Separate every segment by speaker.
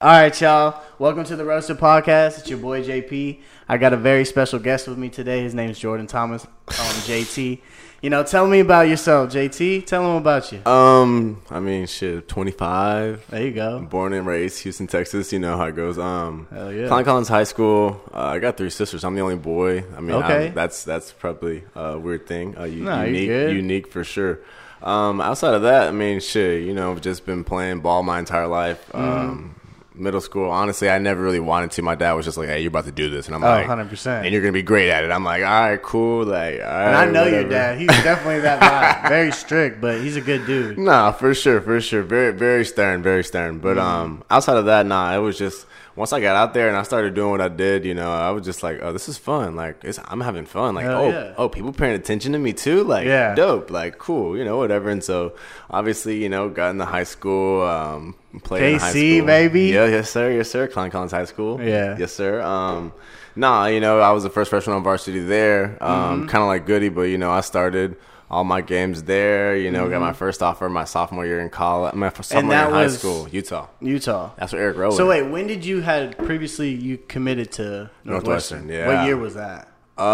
Speaker 1: All right, y'all. Welcome to the Roaster Podcast. It's your boy JP. I got a very special guest with me today. His name is Jordan Thomas, um, JT. You know, tell me about yourself, JT. Tell him about you.
Speaker 2: Um, I mean, shit, 25,
Speaker 1: There you go.
Speaker 2: born and raised Houston, Texas. You know how it goes. Um,
Speaker 1: Hell yeah.
Speaker 2: Klein Collins High School. Uh, I got three sisters. I'm the only boy. I mean,
Speaker 1: Okay.
Speaker 2: I'm, that's that's probably a weird thing. Uh, u-
Speaker 1: No, you're
Speaker 2: unique,
Speaker 1: good.
Speaker 2: unique for sure. Um, outside of that, I mean, shit, you know, I've just been playing ball my entire life.
Speaker 1: Mm-hmm.
Speaker 2: Um, middle school, honestly, I never really wanted to. My dad was just like, "Hey, you're about to do this," and I'm
Speaker 1: Oh,
Speaker 2: like,
Speaker 1: 100%.
Speaker 2: and you're gonna be great at it." I'm like, "All right, cool." Like, all right,
Speaker 1: And I know your
Speaker 2: whatever."
Speaker 1: dad. He's definitely that vibe. Very strict, but he's a good dude.
Speaker 2: Nah, for sure, for sure. Very, very stern, very stern. But
Speaker 1: Mm-hmm.
Speaker 2: um, outside of that, nah, it was just once I got out there and I started doing what I did, you know, I was just like, oh, this is fun. Like, it's, I'm having fun. Like,
Speaker 1: Hell
Speaker 2: oh,
Speaker 1: yeah.
Speaker 2: oh, people paying attention to me too. Like,
Speaker 1: Yeah.
Speaker 2: dope. Like, cool. You know, whatever. And so, obviously, you know, got into high school. Um, played in high
Speaker 1: KC,
Speaker 2: school.
Speaker 1: baby?
Speaker 2: Yeah, Oh, yes, sir. Yes, sir. Klein Collins High School.
Speaker 1: Yeah.
Speaker 2: Yes, sir. Um, nah, you know, I was the first freshman on varsity there. Um,
Speaker 1: Mm-hmm.
Speaker 2: kind of like Goody, but you know, I started all my games there. You know, got my first offer my sophomore year in college, my first sophomore year
Speaker 1: Mm-hmm. that
Speaker 2: in high
Speaker 1: was-
Speaker 2: school, Utah.
Speaker 1: Utah.
Speaker 2: That's where Eric Rowe.
Speaker 1: So
Speaker 2: went.
Speaker 1: wait, when did you had previously you committed to Northwestern?
Speaker 2: Northwestern, yeah.
Speaker 1: What year was that?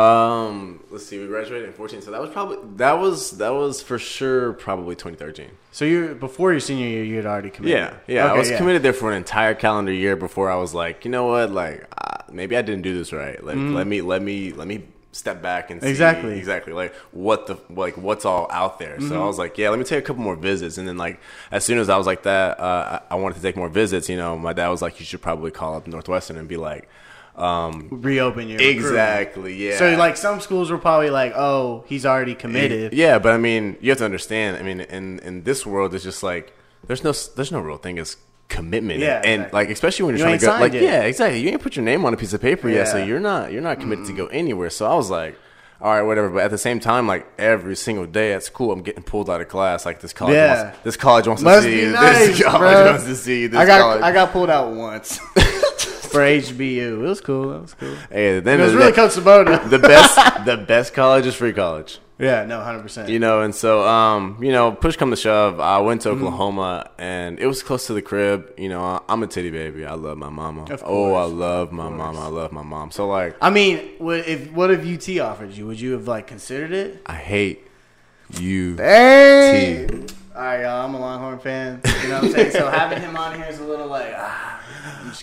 Speaker 2: Um, let's see. We graduated in 14, so that was probably that was that was for sure probably 2013.
Speaker 1: So you before your senior year, you had already committed.
Speaker 2: Yeah, yeah. I
Speaker 1: Okay,
Speaker 2: was committed there for an entire calendar year before I was like, you know what, like uh, maybe I didn't do this right. Like, let me, let me, let me step back and see
Speaker 1: Mm-hmm. Exactly. Mm-hmm.
Speaker 2: exactly like what the like what's all out there. So I was like, yeah, let me take a couple more visits. And then like as soon as I was like that, uh, I I wanted to take more visits. You know, my dad was like, you should probably call up Northwestern and be like, um,
Speaker 1: Reopen your recruitment.
Speaker 2: exactly, yeah.
Speaker 1: So like some schools were probably like, oh, he's already committed.
Speaker 2: Yeah, but I mean, you have to understand. I mean, in in this world, it's just like there's no there's no real thing as commitment.
Speaker 1: Yeah,
Speaker 2: and
Speaker 1: exactly.
Speaker 2: like especially when you're
Speaker 1: You
Speaker 2: trying
Speaker 1: ain't
Speaker 2: to go,
Speaker 1: signed
Speaker 2: like
Speaker 1: yet.
Speaker 2: yeah, exactly. You ain't put your name on a piece of paper yet, so
Speaker 1: Yeah. Mm-hmm.
Speaker 2: you're not you're not committed to go anywhere. So I was like. All right, whatever. But at the same time, like every single day at school, I'm getting pulled out of class. Like this college,
Speaker 1: Yeah.
Speaker 2: wants, this college wants
Speaker 1: Must
Speaker 2: to see
Speaker 1: be
Speaker 2: you.
Speaker 1: nice,
Speaker 2: this college
Speaker 1: bruh.
Speaker 2: wants to see you. This
Speaker 1: I got
Speaker 2: college.
Speaker 1: I got pulled out once for HBU. It was cool. That was cool.
Speaker 2: hey, at the
Speaker 1: It
Speaker 2: end of
Speaker 1: was
Speaker 2: the
Speaker 1: really
Speaker 2: day,
Speaker 1: Coach Sabota.
Speaker 2: the best. The best college is free college.
Speaker 1: yeah, no, hundred percent.
Speaker 2: You know, and so um, you know, push come to shove, I went to
Speaker 1: Mm-hmm.
Speaker 2: Oklahoma and it was close to the crib. You know, I- I'm a titty baby. I love my mama.
Speaker 1: Of
Speaker 2: Oh, I
Speaker 1: course.
Speaker 2: love my mama. I love my mom. So like,
Speaker 1: I mean, what if what if UT offered you? Would you have like considered it?
Speaker 2: I hate you.
Speaker 1: Hey. All right, y'all. I'm a Longhorn fan. You know what I'm saying? so having him on here is a little like, ah,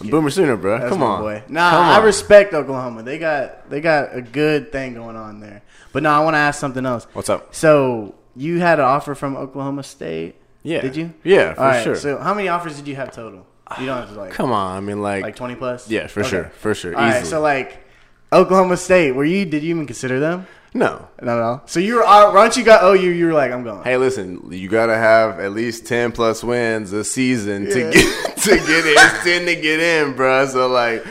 Speaker 2: Boomer sooner, bro.
Speaker 1: that's
Speaker 2: come
Speaker 1: my
Speaker 2: on,
Speaker 1: boy. Nah,
Speaker 2: Come
Speaker 1: I
Speaker 2: on.
Speaker 1: respect Oklahoma. They got they got a good thing going on there. But no, I want to ask something else.
Speaker 2: What's up?
Speaker 1: So you had an offer from Oklahoma State.
Speaker 2: Yeah.
Speaker 1: Did you?
Speaker 2: Yeah, for
Speaker 1: All right,
Speaker 2: sure.
Speaker 1: So how many offers did you have total? You don't have to like
Speaker 2: Come on. I mean, like,
Speaker 1: like twenty plus.
Speaker 2: yeah, for
Speaker 1: Okay.
Speaker 2: sure, for sure,
Speaker 1: All right,
Speaker 2: easily.
Speaker 1: So like Oklahoma State, were you? Did you even consider them?
Speaker 2: no.
Speaker 1: No, no. So you were out- once you got OU, you were like, I'm going.
Speaker 2: Hey, listen, you gotta have at least ten plus wins a season
Speaker 1: Yeah.
Speaker 2: to get to get in. It's ten to get in, bro. So like,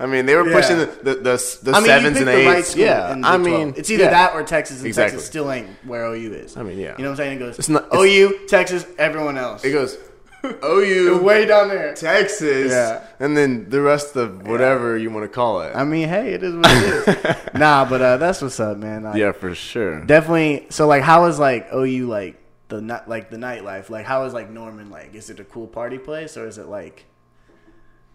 Speaker 2: I mean, they were
Speaker 1: Yeah.
Speaker 2: pushing the the, the, the
Speaker 1: I mean,
Speaker 2: sevens
Speaker 1: you
Speaker 2: and
Speaker 1: picked the right
Speaker 2: eights.
Speaker 1: school
Speaker 2: yeah,
Speaker 1: in the
Speaker 2: I
Speaker 1: Big
Speaker 2: mean,
Speaker 1: 12. it's either
Speaker 2: yeah.
Speaker 1: that or Texas, and
Speaker 2: Exactly.
Speaker 1: Texas still ain't where OU is.
Speaker 2: I mean, yeah.
Speaker 1: You know what I'm saying? It goes
Speaker 2: It's not- it's-
Speaker 1: OU, Texas, everyone else.
Speaker 2: It goes OU,
Speaker 1: way down there.
Speaker 2: Texas,
Speaker 1: Yeah.
Speaker 2: and then the rest of whatever you want to call it.
Speaker 1: I mean, hey, it is what it is. nah, but uh, that's what's up, man. Like,
Speaker 2: yeah, for sure.
Speaker 1: definitely. So, like, how is like OU like the night like the nightlife? Like, how is like Norman like? Is it a cool party place or is it like,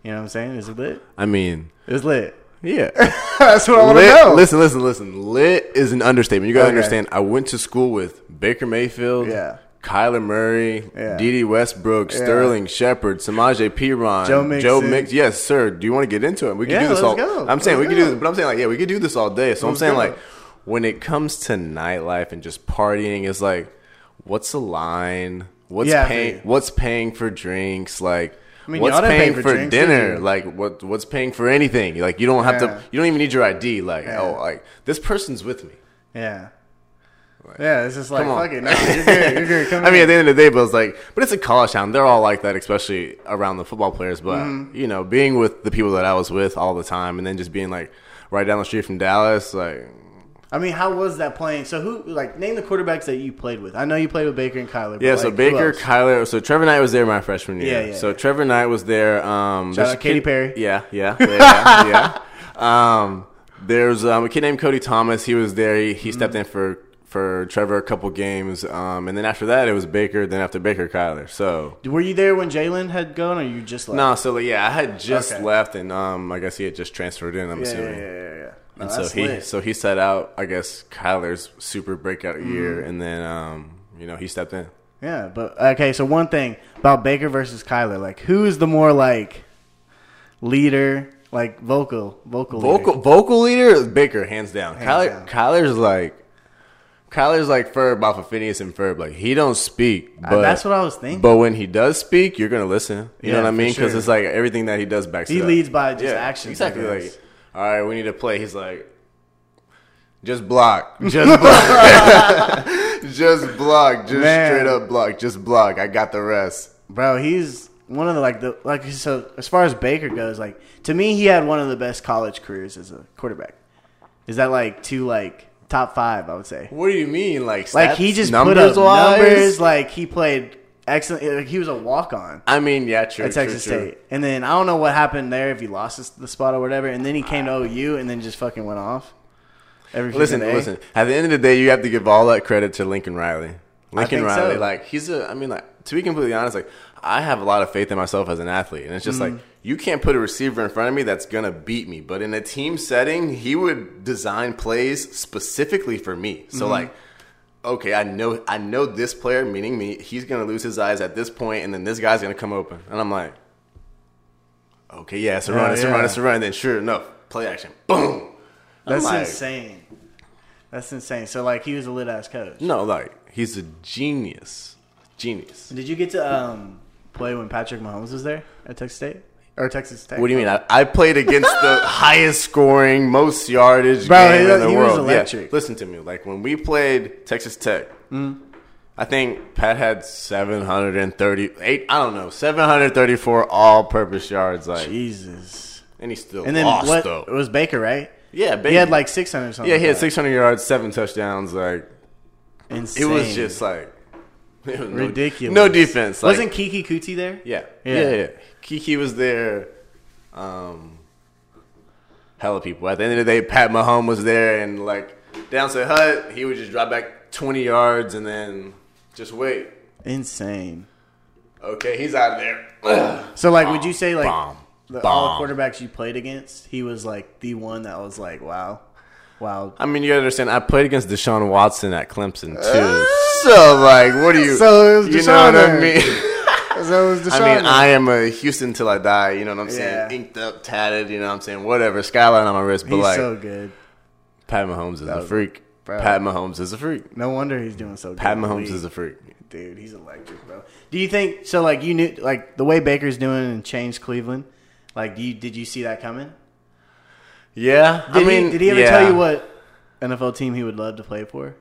Speaker 1: you know what I'm saying? Is it lit?
Speaker 2: I mean,
Speaker 1: It's lit.
Speaker 2: yeah.
Speaker 1: that's what I want to
Speaker 2: Lit-
Speaker 1: know.
Speaker 2: Listen, listen, listen. Lit is an understatement. You gotta
Speaker 1: Okay.
Speaker 2: understand. I went to school with Baker Mayfield,
Speaker 1: Yeah.
Speaker 2: Kyler Murray,
Speaker 1: Yeah.
Speaker 2: D.D. Westbrook, Sterling Shepard, Samaje Perine,
Speaker 1: Joe Mixon.
Speaker 2: Mix. Yes, sir. Do you want to get into it? We can
Speaker 1: Yeah,
Speaker 2: do this
Speaker 1: let's
Speaker 2: all.
Speaker 1: go.
Speaker 2: I'm saying
Speaker 1: Let's
Speaker 2: we can
Speaker 1: go.
Speaker 2: do, this, but I'm saying like yeah, we could do this all day. So I'm
Speaker 1: Let's
Speaker 2: saying
Speaker 1: go.
Speaker 2: like when it comes to nightlife and just partying, it's like what's the line? What's
Speaker 1: Yeah, I feel you.
Speaker 2: paying? What's paying for drinks? Like.
Speaker 1: mean,
Speaker 2: what's
Speaker 1: y'all didn't pay
Speaker 2: paying
Speaker 1: for
Speaker 2: for,
Speaker 1: drinks, did
Speaker 2: dinner?
Speaker 1: you?
Speaker 2: Like what? What's paying for anything? Like you don't have
Speaker 1: Yeah.
Speaker 2: to. You don't even need your ID. Like,
Speaker 1: Yeah.
Speaker 2: oh, like this person's with me.
Speaker 1: Yeah. Yeah, it's just like
Speaker 2: Come on.
Speaker 1: fuck it. No, you're good. You're good. Come
Speaker 2: I mean, at
Speaker 1: in.
Speaker 2: the end of the day, but it's like, but it's a college town. They're all like that, especially around the football players. But
Speaker 1: Mm-hmm.
Speaker 2: you know, being with the people that I was with all the time, and then just being like right down the street from Dallas, like
Speaker 1: I mean, how was that playing? So who like name the quarterbacks that you played with? I know you played with Baker and Kyler. but,
Speaker 2: yeah.
Speaker 1: like,
Speaker 2: so
Speaker 1: who
Speaker 2: Baker,
Speaker 1: else?
Speaker 2: Kyler, so Trevor Knight was there my freshman year.
Speaker 1: Yeah, yeah,
Speaker 2: so
Speaker 1: yeah.
Speaker 2: Trevor Knight was there. Um, there's
Speaker 1: out
Speaker 2: a
Speaker 1: Katy
Speaker 2: kid-
Speaker 1: Perry.
Speaker 2: Yeah, yeah, yeah,
Speaker 1: Mm-hmm.
Speaker 2: yeah. yeah. Um, there's um, a kid named Cody Thomas. He was there. He, he stepped in for. for Trevor a couple games, um, and then after that it was Baker. Then after Baker, Kyler. So
Speaker 1: Were you there when Jalen had gone, or you just left?
Speaker 2: no, so like, yeah, I had just
Speaker 1: Okay.
Speaker 2: left, and um, I guess he had just transferred in. I'm
Speaker 1: Yeah, yeah,
Speaker 2: assuming.
Speaker 1: yeah, yeah. yeah. No,
Speaker 2: And
Speaker 1: that's
Speaker 2: so he
Speaker 1: lit.
Speaker 2: so he set out, I guess, Kyler's super breakout year,
Speaker 1: Mm-hmm.
Speaker 2: and then um, you know he stepped in.
Speaker 1: Yeah, but okay. So one thing about Baker versus Kyler, like who is the more like leader, like vocal, vocal, leader?
Speaker 2: Vocal vocal leader is Baker, hands down. Kyler
Speaker 1: down.
Speaker 2: Kyler's like Kyler's like Ferb off of Phineas and Ferb. Like he don't speak,
Speaker 1: Uh,
Speaker 2: but
Speaker 1: that's what I was thinking.
Speaker 2: But when he does speak, you're gonna listen. You
Speaker 1: Yeah,
Speaker 2: know what I
Speaker 1: for
Speaker 2: mean? Because
Speaker 1: sure.
Speaker 2: it's like everything that he does backs.
Speaker 1: He
Speaker 2: it up.
Speaker 1: leads by just actions,
Speaker 2: Exactly.
Speaker 1: I guess.
Speaker 2: Like, all right, we need to play. He's like, just block, just block, just block, just
Speaker 1: Man.
Speaker 2: straight up block, just block. I got the rest.
Speaker 1: bro, he's one of the like the like so as far as Baker goes, like to me, he had one of the best college careers as a quarterback. Is that like two like top five? I would say.
Speaker 2: What do you mean? Like,
Speaker 1: Like
Speaker 2: stats?
Speaker 1: he just put up
Speaker 2: Numbers-wise?
Speaker 1: numbers. Like he played excellent. Like he was a walk on.
Speaker 2: I mean, yeah, true.
Speaker 1: at
Speaker 2: true,
Speaker 1: Texas
Speaker 2: true.
Speaker 1: State. And then I don't know what happened there if he lost his- the spot or whatever. And then he came to OU and then just fucking went off. Every freaking
Speaker 2: Listen,
Speaker 1: day.
Speaker 2: listen. At the end of the day, you have to give all that credit to Lincoln Riley. Lincoln
Speaker 1: think
Speaker 2: Riley,
Speaker 1: so.
Speaker 2: like he's a. I mean, like to be completely honest, like I have a lot of faith in myself as an athlete, and it's just
Speaker 1: Mm.
Speaker 2: like you can't put a receiver in front of me that's gonna beat me. But in a team setting, he would design plays specifically for me. So
Speaker 1: Mm-hmm.
Speaker 2: like. Okay, I know I know this player, meaning me, he's gonna lose his eyes at this point, and then this guy's gonna come open. And I'm like, Okay, yeah, it's a run,
Speaker 1: Yeah,
Speaker 2: it's a run,
Speaker 1: yeah.
Speaker 2: it's a run, and then sure enough, play action. Boom. I'm
Speaker 1: That's
Speaker 2: like,
Speaker 1: insane. That's insane. So like he was a lit ass coach.
Speaker 2: No, like he's a genius, genius.
Speaker 1: Did you get to um, play when Patrick Mahomes was there at Texas State or Texas Tech?
Speaker 2: What do you mean? I, I played against the highest scoring, most yardage
Speaker 1: Bro,
Speaker 2: game
Speaker 1: he-
Speaker 2: in the
Speaker 1: he was
Speaker 2: world. Yeah,
Speaker 1: electric. Hmm?
Speaker 2: Listen to me. Like when we played Texas Tech, I think Pat had 738, I don't know, 734 all-purpose yards. Like,
Speaker 1: Jesus.
Speaker 2: and he still
Speaker 1: And then
Speaker 2: lost
Speaker 1: what? It
Speaker 2: though.
Speaker 1: was Baker, right?
Speaker 2: Yeah,
Speaker 1: He
Speaker 2: baby.
Speaker 1: had like six hundred something.
Speaker 2: yeah, he had 600 yards, seven touchdowns. Like it
Speaker 1: Insane.
Speaker 2: was just like it was no-
Speaker 1: ridiculous.
Speaker 2: No, defense. Like,
Speaker 1: Wasn't Kiki Kuti there?
Speaker 2: Yeah.
Speaker 1: Yeah.
Speaker 2: Yeah. yeah, Kiki was there. Um, hella people. At the end of the day, Pat Mahomes was there, and like down to the hut, he would just drop back 20 yards and then just wait.
Speaker 1: Insane.
Speaker 2: Okay, he's out of there.
Speaker 1: So like, would you say like
Speaker 2: Bomb.
Speaker 1: the, all
Speaker 2: Bomb.
Speaker 1: quarterbacks you played against, he was like the one that was like, wow, wow.
Speaker 2: I mean, you understand. I played against Deshaun Watson at Clemson too. So like, what do you?
Speaker 1: Uh, So it was
Speaker 2: you
Speaker 1: Deshaun
Speaker 2: know what I
Speaker 1: then.
Speaker 2: mean?
Speaker 1: So it was
Speaker 2: I mean, I am a Houston till I die. You know what I'm saying?
Speaker 1: Yeah.
Speaker 2: Inked up, tatted. You know what I'm saying? Whatever. Skyline on my wrist, but
Speaker 1: he's
Speaker 2: like,
Speaker 1: so good.
Speaker 2: Pat Mahomes is a freak.
Speaker 1: bro.
Speaker 2: Pat Mahomes is a freak.
Speaker 1: No wonder he's doing so good.
Speaker 2: Pat Mahomes is a freak.
Speaker 1: dude. He's electric, bro. Do you think so? Like you knew, like the way Baker's doing and changed Cleveland. Like, do you did you see that coming?
Speaker 2: Yeah,
Speaker 1: Did
Speaker 2: I mean,
Speaker 1: he, did he ever
Speaker 2: yeah.
Speaker 1: tell you what NFL team he would love to play for?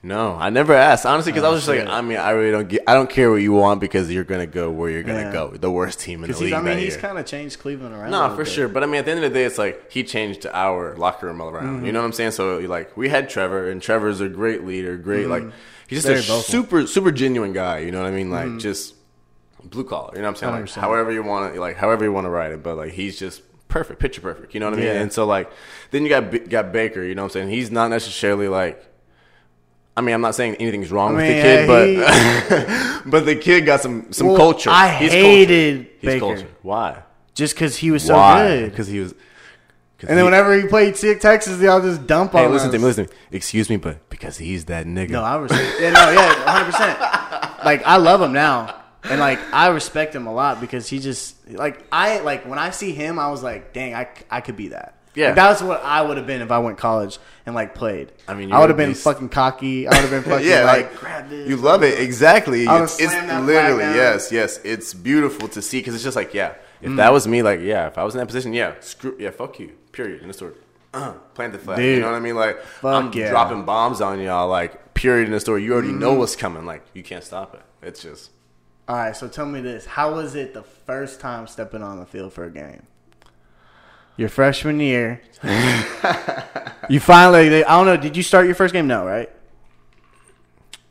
Speaker 2: No, I never asked honestly because I was just
Speaker 1: Oh, shit.
Speaker 2: like, I mean, I really don't get, I don't care what you want because you're gonna go where you're gonna
Speaker 1: Yeah.
Speaker 2: go. The worst team in the
Speaker 1: Because
Speaker 2: league
Speaker 1: he's, I mean,
Speaker 2: that
Speaker 1: he's
Speaker 2: year.
Speaker 1: kind of changed Cleveland around. a
Speaker 2: no,
Speaker 1: little
Speaker 2: for
Speaker 1: bit.
Speaker 2: sure. But I mean, at the end of the day, it's like he changed our locker room all around.
Speaker 1: Mm-hmm.
Speaker 2: You know what I'm saying? So like, we had Trevor, and Trevor's a great leader, great like he's just
Speaker 1: Mm-hmm. Very
Speaker 2: a
Speaker 1: vocal. Mm-hmm.
Speaker 2: super super genuine guy. You know what I mean? Like just blue collar. You know what I'm saying? Like
Speaker 1: 100%.
Speaker 2: however you want to like however you want to write it, but like he's just perfect, picture perfect. You know what I mean?
Speaker 1: Yeah.
Speaker 2: And so like then you got B- got Baker. You know what I'm saying? He's not necessarily like. I mean, I'm not saying anything's wrong with
Speaker 1: mean,
Speaker 2: the kid,
Speaker 1: yeah,
Speaker 2: but but the kid got some some
Speaker 1: Well,
Speaker 2: culture.
Speaker 1: I
Speaker 2: cultured.
Speaker 1: hated
Speaker 2: He's
Speaker 1: Baker.
Speaker 2: cultured. Why?
Speaker 1: Just because he was so good.
Speaker 2: Because he was. 'cause
Speaker 1: And then
Speaker 2: he-
Speaker 1: whenever he played Te- Texas, they all just dump on
Speaker 2: Hey,
Speaker 1: him.
Speaker 2: listen to me, listen to me. Excuse me, but because he's that nigga.
Speaker 1: No, I respect. yeah, no, yeah, one hundred percent. Like I love him now, and like I respect him a lot because he just like I like when I see him, I was like, dang, I, c- I could be that.
Speaker 2: Yeah.
Speaker 1: like, that's what I would have been if I went college and like played.
Speaker 2: I mean,
Speaker 1: I
Speaker 2: you
Speaker 1: would have
Speaker 2: would
Speaker 1: been
Speaker 2: be-
Speaker 1: fucking cocky. I would have been fucking
Speaker 2: yeah,
Speaker 1: like,
Speaker 2: like,
Speaker 1: grab this.
Speaker 2: you love it exactly.
Speaker 1: I would've
Speaker 2: It's, it's
Speaker 1: slammed that flag
Speaker 2: literally
Speaker 1: down.
Speaker 2: yes, yes. It's beautiful to see because it's just like yeah. If
Speaker 1: Mm.
Speaker 2: that was me, like yeah, if I was in that position, yeah, screw yeah, fuck you. Period. In the story, uh, plant the flag.
Speaker 1: Dude.
Speaker 2: You know what I mean? Like I'm
Speaker 1: yeah. Mm.
Speaker 2: dropping bombs on y'all. Like period in the story. You already know what's coming. Like you can't stop it. It's just
Speaker 1: all right, so tell me this: How was it the first time stepping on the field for a game? Your freshman year, you finally. They, I don't know. Did you start your first game? No, right?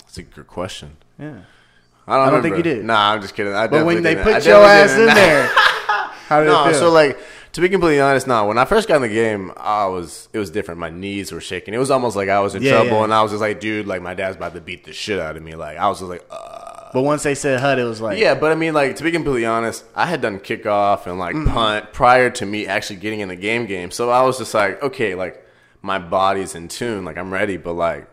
Speaker 2: it's a good question.
Speaker 1: Yeah.
Speaker 2: I don't,
Speaker 1: I don't think
Speaker 2: remember.
Speaker 1: you did.
Speaker 2: Nah, I'm just kidding. I
Speaker 1: But when
Speaker 2: definitely
Speaker 1: they
Speaker 2: didn't. I
Speaker 1: put your
Speaker 2: definitely
Speaker 1: ass in
Speaker 2: didn't.
Speaker 1: there, how did it
Speaker 2: No,
Speaker 1: feel?
Speaker 2: so like To be completely honest, no. When I first got in the game, I was it was different. My knees were shaking. It was almost like I was in
Speaker 1: Yeah,
Speaker 2: trouble,
Speaker 1: yeah.
Speaker 2: and I was just like, dude, like my dad's about to beat the shit out of me. Like I was just like, uh.
Speaker 1: But once they said HUD, it was like,
Speaker 2: Yeah, but I mean, like to be completely honest, I had done kickoff and like
Speaker 1: Mm-hmm.
Speaker 2: punt prior to me actually getting in the game game. So I was just like, okay, like my body's in tune, like I'm ready. But like,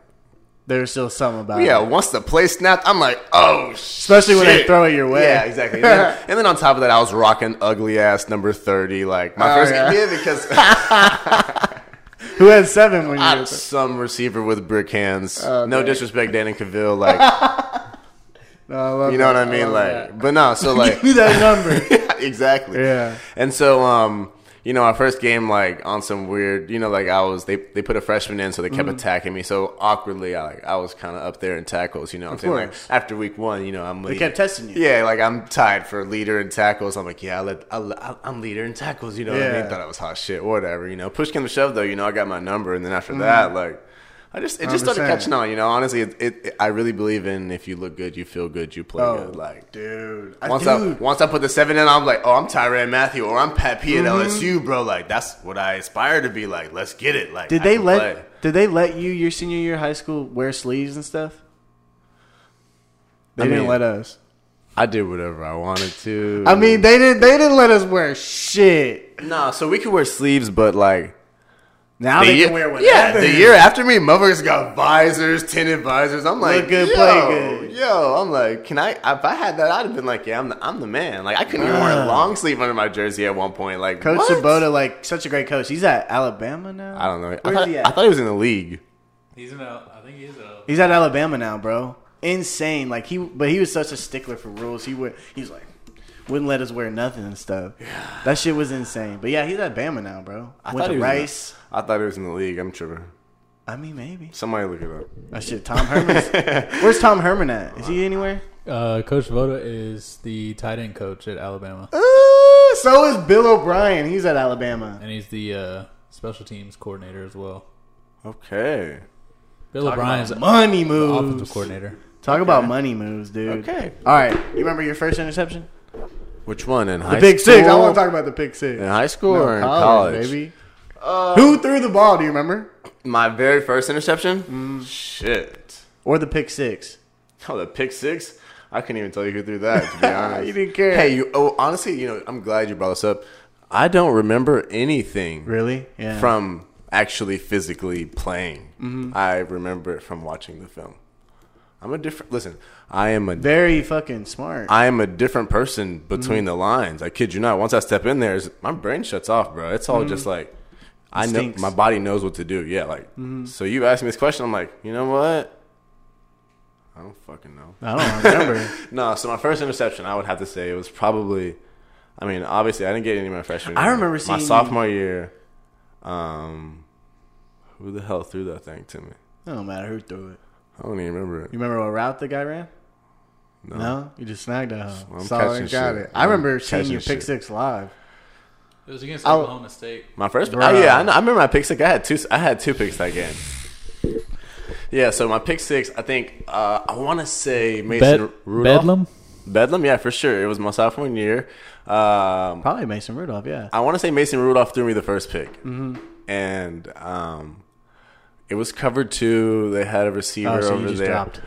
Speaker 1: there was still something about
Speaker 2: yeah,
Speaker 1: it.
Speaker 2: once the play snapped, I'm like, oh,
Speaker 1: Uh-huh. Especially when they
Speaker 2: shit.
Speaker 1: throw it your way.
Speaker 2: Yeah, exactly. And then, and then on top of that, I was rocking ugly ass number thirty, like my
Speaker 1: Oh,
Speaker 2: first
Speaker 1: yeah.
Speaker 2: game yeah, because
Speaker 1: Who had seven when you
Speaker 2: I'm
Speaker 1: were
Speaker 2: some receiver with brick hands. no disrespect, Dan and Cavill, like
Speaker 1: No, I love
Speaker 2: you know what
Speaker 1: that.
Speaker 2: I mean,
Speaker 1: love
Speaker 2: like.
Speaker 1: that.
Speaker 2: But no, so like
Speaker 1: Give me that number.
Speaker 2: exactly.
Speaker 1: Yeah.
Speaker 2: And so, um, you know, our first game, like on some weird, you know, like I was, they, they put a freshman in, so they
Speaker 1: Mm-hmm.
Speaker 2: kept attacking me. So awkwardly, I like I was kind of up there in tackles. You know, what I'm saying like
Speaker 1: course.
Speaker 2: after week one, you know, I'm
Speaker 1: They kept testing you.
Speaker 2: Yeah, like I'm tied for leader in tackles. I'm like, yeah, I let, I, I- I'm leader in tackles. You know, and
Speaker 1: Yeah.
Speaker 2: they thought I was hot shit, whatever. You know, push came to shove, though. You know, I got my number, and then
Speaker 1: Mm-hmm.
Speaker 2: after that, like. I just it just started
Speaker 1: 100%.
Speaker 2: catching on, you know. Honestly, it, it I really believe in if you look good, you feel good, you play
Speaker 1: Oh,
Speaker 2: good. Like
Speaker 1: dude.
Speaker 2: once I
Speaker 1: dude.
Speaker 2: once I put the seven in, I'm like, oh, I'm Tyran Matthew or I'm Pat P at
Speaker 1: Mm-hmm.
Speaker 2: LSU, bro. Like that's what I aspire to be. Like, let's get it. Like,
Speaker 1: did
Speaker 2: I
Speaker 1: they
Speaker 2: can
Speaker 1: let
Speaker 2: play.
Speaker 1: Did they let you your senior year of high school wear sleeves and stuff? They
Speaker 2: I
Speaker 1: didn't
Speaker 2: mean-
Speaker 1: let us.
Speaker 2: I did whatever I wanted to.
Speaker 1: I mean, they didn't. They didn't let us wear shit.
Speaker 2: nah. So we could wear sleeves, but like
Speaker 1: Now
Speaker 2: the
Speaker 1: they
Speaker 2: year,
Speaker 1: can wear whatever.
Speaker 2: yeah, the year after me, motherfuckers got visors, tinted visors. I'm like,
Speaker 1: Look good,
Speaker 2: yo,
Speaker 1: play good.
Speaker 2: Yo, I'm like, can I? If I had that, I'd have been like, yeah, I'm the, I'm the man. Like I couldn't even wear a
Speaker 1: Bruh.
Speaker 2: long sleeve under my jersey at one point. Like
Speaker 1: Ah. Coach
Speaker 2: what?
Speaker 1: Sabota, like such a great coach. He's at Alabama now.
Speaker 2: I don't know. I
Speaker 1: Where's
Speaker 2: thought,
Speaker 1: he at?
Speaker 2: I thought he was in the league.
Speaker 3: He's in a. I think he's a.
Speaker 1: He's at Alabama now, bro. Insane. Like he, but he was such a stickler for rules. He would. He was like, wouldn't let us wear nothing and stuff. That shit was insane. But yeah, he's at Bama now, bro.
Speaker 2: I
Speaker 1: Went
Speaker 2: thought
Speaker 1: to
Speaker 2: he was in the-
Speaker 1: Rice.
Speaker 2: I thought he was in the league. I'm tripping.
Speaker 1: I mean, maybe.
Speaker 2: Somebody look it up.
Speaker 1: That shit. Tom Herman's. Where's Tom Herman at? Is he anywhere?
Speaker 3: Uh, coach Voda is the tight end coach at Alabama,
Speaker 1: Ooh, so is Bill O'Brien. He's at Alabama.
Speaker 3: and he's the uh, special teams coordinator as well.
Speaker 2: Okay.
Speaker 3: Bill O'Brien's the
Speaker 1: Money
Speaker 3: offensive
Speaker 1: moves.
Speaker 3: coordinator.
Speaker 1: Talk about money moves, dude.
Speaker 2: Okay.
Speaker 1: All right. You remember your first interception?
Speaker 2: Which one in high
Speaker 1: The big
Speaker 2: school?
Speaker 1: six. I want to talk about the pick six.
Speaker 2: in high school or in college,
Speaker 1: baby. Who threw the ball? Do you remember?
Speaker 2: My very first interception.
Speaker 1: Mm.
Speaker 2: Shit.
Speaker 1: Or the pick six?
Speaker 2: Oh, the pick six. I couldn't even tell you who threw that. To be honest,
Speaker 1: You didn't care.
Speaker 2: Hey, you. Oh, honestly, you know, I'm glad you brought this up. I don't remember anything
Speaker 1: Really? Yeah.
Speaker 2: from actually physically playing.
Speaker 1: Mm-hmm.
Speaker 2: I remember it from watching the film. I'm a different. Listen, I am a
Speaker 1: very fucking smart.
Speaker 2: I am a different person
Speaker 1: Mm-hmm.
Speaker 2: between the lines. I kid you not. Once I step in there, it's- my brain shuts off, bro. It's
Speaker 1: Mm-hmm.
Speaker 2: all just like I know
Speaker 1: Instincts.
Speaker 2: my body knows what to do. Yeah, like
Speaker 1: Mm-hmm.
Speaker 2: so. You asked me this question. I'm like, you know what? I don't fucking know.
Speaker 1: I don't remember.
Speaker 2: No. So my first interception, I would have to say it was probably. I mean, obviously, I didn't get any my freshman.
Speaker 1: I
Speaker 2: year.
Speaker 1: remember
Speaker 2: my
Speaker 1: seeing-
Speaker 2: sophomore year. Um, who the hell threw that thing to me?
Speaker 1: it don't matter who threw it.
Speaker 2: I don't even remember it.
Speaker 1: You remember what route the guy ran?
Speaker 2: No.
Speaker 1: No, you just snagged that. Huh?
Speaker 2: I'm
Speaker 1: Saw it
Speaker 2: catching
Speaker 1: and got
Speaker 2: shit.
Speaker 1: it. I remember
Speaker 2: I'm
Speaker 1: seeing
Speaker 2: catching
Speaker 1: your pick
Speaker 2: shit.
Speaker 1: six live.
Speaker 3: It was against
Speaker 1: I'll-
Speaker 3: Oklahoma State.
Speaker 2: My first, oh
Speaker 1: Bruh.
Speaker 2: yeah, I, know, I remember my pick six. I had two. I had two picks that game. Yeah, so my pick six. I think uh, I want to say Mason
Speaker 3: Bed-
Speaker 2: Rudolph.
Speaker 3: Bedlam.
Speaker 2: Bedlam, yeah, for sure. It was my sophomore year. Um,
Speaker 1: Probably Mason Rudolph. Yeah.
Speaker 2: I want to say Mason Rudolph threw me the first pick,
Speaker 1: Mm-hmm.
Speaker 2: and um, it was covered two. They had a receiver
Speaker 1: Oh, so
Speaker 2: over
Speaker 1: you just
Speaker 2: there.
Speaker 1: dropped.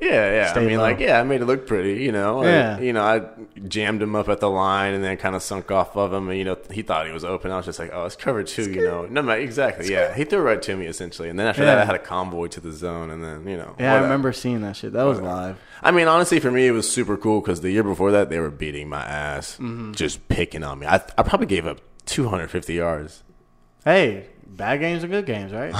Speaker 2: Yeah, yeah.
Speaker 1: Stay
Speaker 2: I mean,
Speaker 1: low.
Speaker 2: like, yeah, I made it look pretty, you know.
Speaker 1: Yeah.
Speaker 2: I, you know, I jammed him up at the line and then kind of sunk off of him. And, you know, he thought he was open. I was just like, oh, it's covered too, you know. No, ma- exactly. Yeah. He threw it right to me, essentially. And then after that,
Speaker 1: Yeah.
Speaker 2: I had a convoy to the zone. And then, you know.
Speaker 1: Yeah, I
Speaker 2: whatever.
Speaker 1: remember seeing that shit. That was live.
Speaker 2: I mean, honestly, for me, it was super cool because the year before that, they were beating my ass,
Speaker 1: Mm-hmm.
Speaker 2: just picking on me. I, I probably gave up 250 yards.
Speaker 1: Hey, bad games are good games, right?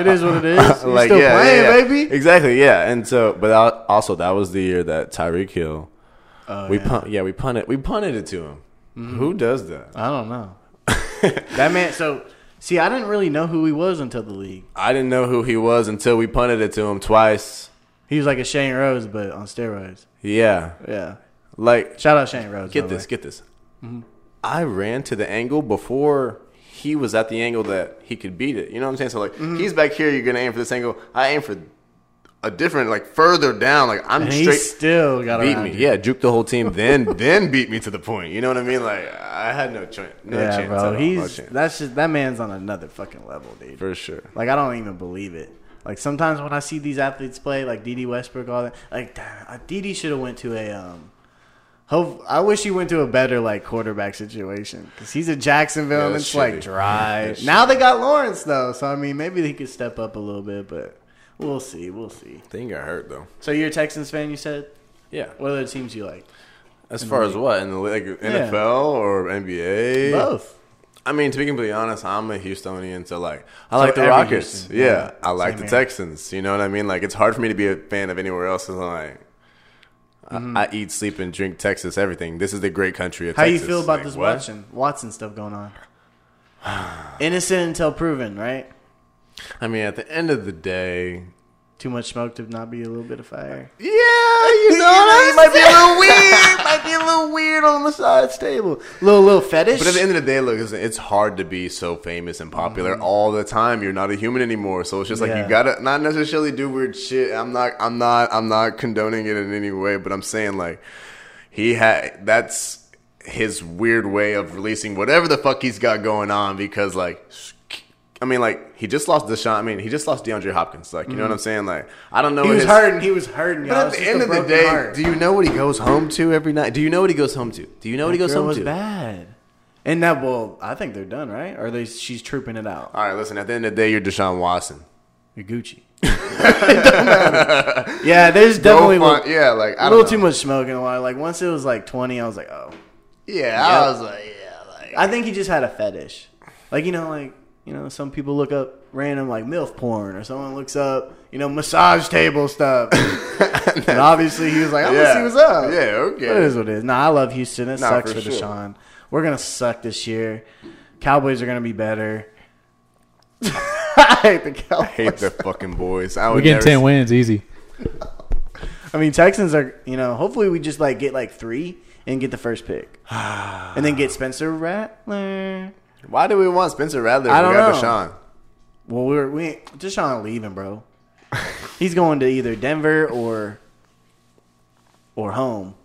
Speaker 1: it is what it is. You're still playing, baby.
Speaker 2: Exactly, yeah. And so, but I, also, that was the year that Tyreek Hill.
Speaker 1: Oh,
Speaker 2: We
Speaker 1: yeah. Mm-hmm.
Speaker 2: punt, yeah, we punted, we punted it to him. Who does that?
Speaker 1: I don't know. that man. So see, I didn't really know who he was until the league.
Speaker 2: I didn't know who he was until we punted it to him twice.
Speaker 1: He was like a Shane Rose, but on steroids.
Speaker 2: Yeah,
Speaker 1: Yeah.
Speaker 2: like
Speaker 1: Shout out Shane Rose. by
Speaker 2: get
Speaker 1: the
Speaker 2: this,
Speaker 1: way.
Speaker 2: get this. I ran to the angle before he was at the angle that he could beat it. You know what I'm saying? So like, he's back here. You're gonna aim for this angle. I aim for a different, like further down. Like I'm
Speaker 1: And he
Speaker 2: straight
Speaker 1: still got
Speaker 2: beat
Speaker 1: around
Speaker 2: me.
Speaker 1: you.
Speaker 2: Yeah, juke the whole team, then then beat me to the point. You know what I mean? Like I had no, chance. no
Speaker 1: yeah,
Speaker 2: chance. at all,
Speaker 1: bro.
Speaker 2: no
Speaker 1: He's
Speaker 2: chance.
Speaker 1: that's just that man's on another fucking level, dude.
Speaker 2: for sure.
Speaker 1: Like I don't even believe it. Like sometimes when I see these athletes play, like D.D. Westbrook, all that, like damn, uh, D.D. should have went to a. um Hope I wish he went to a better like quarterback situation because he's at Jacksonville
Speaker 2: Yeah,
Speaker 1: and
Speaker 2: that's
Speaker 1: it's like
Speaker 2: shitty.
Speaker 1: dry.
Speaker 2: That's
Speaker 1: now they got Lawrence though, so I mean maybe he could step up a little bit, but we'll see, we'll see.
Speaker 2: Thing got hurt though.
Speaker 1: So you're a Texans fan, you said.
Speaker 2: Yeah.
Speaker 1: What other teams you like?
Speaker 2: As far as what in the like NFL or NBA?
Speaker 1: Mm-hmm. Both.
Speaker 2: I mean, to be completely honest, I'm a Houstonian, so like I like the
Speaker 1: every
Speaker 2: Rockets.
Speaker 1: Houston,
Speaker 2: yeah,
Speaker 1: yeah,
Speaker 2: I
Speaker 1: same
Speaker 2: like the
Speaker 1: here.
Speaker 2: Texans. You know what I mean? Like it's hard for me to be a fan of anywhere else. Cause I'm like, I- I, eat, sleep, and drink Texas. Everything. This is the great country of
Speaker 1: Mm-hmm. How
Speaker 2: Texas.
Speaker 1: you feel about
Speaker 2: Like,
Speaker 1: this
Speaker 2: what?
Speaker 1: Watson Watson stuff going on? Innocent until proven, right?
Speaker 2: I mean, at the end of the day,
Speaker 1: Too much smoke to not be a little bit of fire.
Speaker 2: yeah, you know what
Speaker 1: You
Speaker 2: I'm
Speaker 1: might be a
Speaker 2: saying?
Speaker 1: little weird. might be a little weird on the side stable. Little little fetish.
Speaker 2: But at the end of the day, look, it's- it's hard to be so famous and popular all the time. You're not a human anymore, so it's just like
Speaker 1: Mm-hmm. Yeah.
Speaker 2: you gotta not necessarily do weird shit. I'm not, I'm not, I'm not condoning it in any way. But I'm saying like he had that's his weird way of releasing whatever the fuck he's got going on because like. I mean, like he just lost Deshaun. I mean, he just lost DeAndre Hopkins. Like, you know what I'm saying? Like, I don't know.
Speaker 1: Mm-hmm. he
Speaker 2: what
Speaker 1: was
Speaker 2: his-
Speaker 1: hurting. He was hurting.
Speaker 2: But
Speaker 1: y'all.
Speaker 2: at
Speaker 1: It's
Speaker 2: the
Speaker 1: just
Speaker 2: end
Speaker 1: a
Speaker 2: of the
Speaker 1: broken
Speaker 2: day,
Speaker 1: heart.
Speaker 2: do you know what he goes home to every night? Do you know what he goes home to? Do you know what he goes
Speaker 1: Girl
Speaker 2: home
Speaker 1: was
Speaker 2: to?
Speaker 1: bad. And that well, I think they're done, right? Or they? She's trooping it out.
Speaker 2: All right, listen. At the end of the day, you're Deshaun Watson.
Speaker 1: You're Gucci. It don't matter. yeah, there's definitely
Speaker 2: Go
Speaker 1: a
Speaker 2: find- yeah, like I
Speaker 1: little
Speaker 2: don't know.
Speaker 1: too much smoke in the water. Like once it was like 20, I was like, oh.
Speaker 2: Yeah, I was like, yeah, like
Speaker 1: I think he just had a fetish. Like, you know, like, you know, some people look up random, like, MILF porn, or someone looks up, you know, massage table stuff. and obviously he was like, I'm
Speaker 2: yeah.
Speaker 1: going to see what's up.
Speaker 2: Yeah, okay.
Speaker 1: It is what it is. Nah, I love Houston. It
Speaker 2: Nah,
Speaker 1: sucks
Speaker 2: for
Speaker 1: for,
Speaker 2: sure.
Speaker 1: Deshaun. We're going to suck this year. Cowboys are going to be better. I hate the Cowboys. I,
Speaker 2: hate the fucking boys. I would
Speaker 3: We get
Speaker 2: never
Speaker 3: ten wins easy.
Speaker 1: mean, Texans are, you know, hopefully we just, like, get, like, three and get the first pick. and then get Spencer Rattler.
Speaker 2: see- Why do we want Spencer Rattler? if
Speaker 1: I
Speaker 2: we
Speaker 1: don't
Speaker 2: got
Speaker 1: know.
Speaker 2: Deshaun?
Speaker 1: Well, we're we ain't- Deshaun leaving, bro. He's going to either Denver or or home.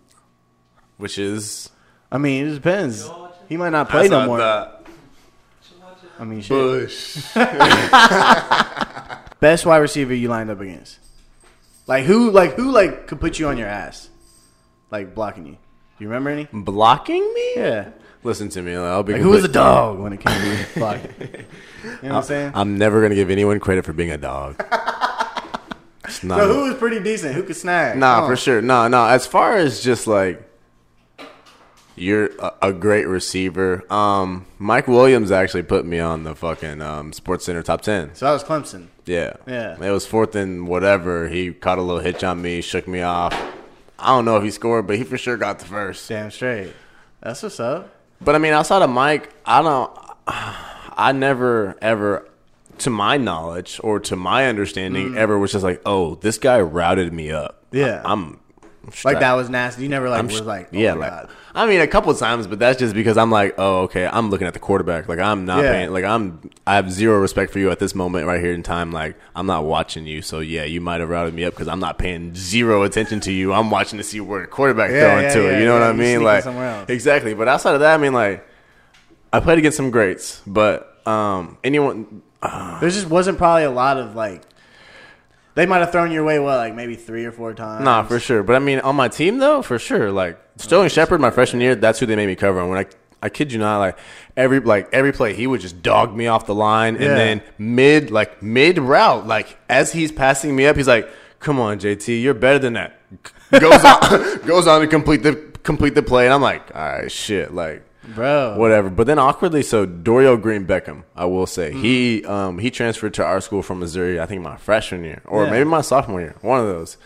Speaker 2: Which is
Speaker 1: I mean, it depends. He might not play
Speaker 2: That's
Speaker 1: no
Speaker 2: not
Speaker 1: more.
Speaker 2: the
Speaker 1: I mean, shit.
Speaker 2: Bush.
Speaker 1: Best wide receiver you lined up against? Like who? Like who? Like could put you on your ass? Like blocking you? Do you remember any?
Speaker 2: blocking me.
Speaker 1: Yeah.
Speaker 2: Listen to me. I'll be.
Speaker 1: Like who was a
Speaker 2: complete-
Speaker 1: dog when it came to blocking? You know what I'm saying?
Speaker 2: I'm never gonna give anyone credit for being a dog. It's not.
Speaker 1: So who was pretty decent? Who could snag?
Speaker 2: Nah,
Speaker 1: Come
Speaker 2: for
Speaker 1: on.
Speaker 2: sure. Nah, nah. As far as just like you're a, a great receiver. Um, Mike Williams actually put me on the fucking um, Sports Center top ten.
Speaker 1: So that was Clemson.
Speaker 2: Yeah,
Speaker 1: Yeah.
Speaker 2: It was fourth and whatever. He caught a little hitch on me, shook me off. I don't know if he scored, but he for sure got the first.
Speaker 1: Damn straight. That's what's up.
Speaker 2: But I mean, outside of Mike, I don't. I never ever. To my knowledge or to my understanding, ever was just like, oh, this guy routed me up.
Speaker 1: Mm. Yeah.
Speaker 2: I, am
Speaker 1: Like that was nasty. You never like was
Speaker 2: sh-
Speaker 1: like oh
Speaker 2: yeah,
Speaker 1: my
Speaker 2: like
Speaker 1: God.
Speaker 2: I mean, a couple times, but that's just because I'm like, oh, okay, I'm looking at the quarterback. Like I'm not
Speaker 1: Yeah.
Speaker 2: paying. Like I'm, I have zero respect for you at this moment right here in time. Like I'm not watching you. So yeah, you might have routed me up because I'm not paying zero attention to you. I'm watching to see where the quarterback
Speaker 1: Yeah,
Speaker 2: throwing
Speaker 1: yeah,
Speaker 2: to it.
Speaker 1: yeah,
Speaker 2: You know
Speaker 1: yeah.
Speaker 2: what I
Speaker 1: You
Speaker 2: mean?
Speaker 1: sneaking
Speaker 2: Like
Speaker 1: somewhere else.
Speaker 2: exactly. But outside of that, I mean, like I played against some greats, but um, anyone.
Speaker 1: There just wasn't probably a lot of like. They might have thrown your way what like maybe three or four times.
Speaker 2: Nah, for sure. But I mean, on my team though, for sure. Like Sterling Shepard, my freshman year, that's who they made me cover. And when I, I kid you not, like every like every play, he would just dog me off the line,
Speaker 1: Yeah.
Speaker 2: and then mid like mid route, like as he's passing me up, he's like, "Come on, JT, you're better than that." goes on, goes on to complete the complete the play, and I'm like, "All right, shit, like."
Speaker 1: bro.
Speaker 2: Whatever, but then awkwardly, so Doriel Green Beckham, I will say
Speaker 1: Mm-hmm.
Speaker 2: he um, he transferred to our school from Missouri. I think my freshman year, or
Speaker 1: Yeah.
Speaker 2: maybe my sophomore year, one of those.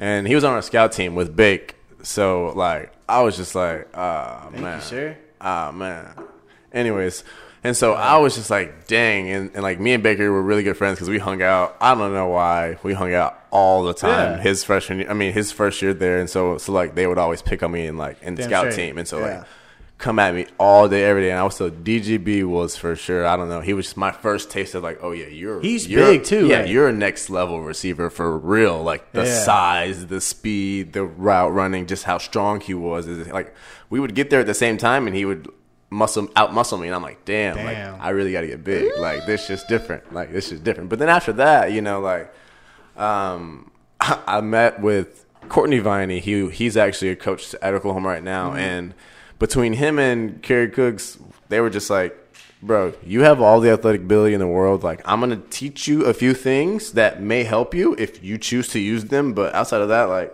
Speaker 2: And he was on our scout team with Bake. So like, I was just like, ah man,
Speaker 1: sir.
Speaker 2: ah man. Anyways, and so I was just like, dang, and, and like me and Baker were really good friends because we hung out. I don't know why we hung out all the time.
Speaker 1: Yeah.
Speaker 2: His freshman, year, I mean his first year there, and so so like they would always pick on me and like in the
Speaker 1: Damn
Speaker 2: scout
Speaker 1: straight.
Speaker 2: team, and so
Speaker 1: Yeah.
Speaker 2: like come at me all day, every day, and I was still DGB was for sure. I don't know. He was just my first taste of like, oh yeah, you're
Speaker 1: He's
Speaker 2: you're-
Speaker 1: big, too,
Speaker 2: Yeah,
Speaker 1: right?
Speaker 2: you're a next level receiver for real. Like the
Speaker 3: Yeah.
Speaker 2: size, the speed, the route running, just how strong he was. Is like we would get there at the same time, and he would muscle out muscle me, and I'm like, damn,
Speaker 1: Damn.
Speaker 2: like I really got to get big. Like this just different. Like this is different. But then after that, you know, like um, I met with Courtney Viney. He he's actually a coach at Oklahoma right now, and between him and Kerry Cooks, they were just like, "Bro, you have all the athletic ability in the world. Like, I'm gonna teach you a few things that may help you if you choose to use them. But outside of that, like,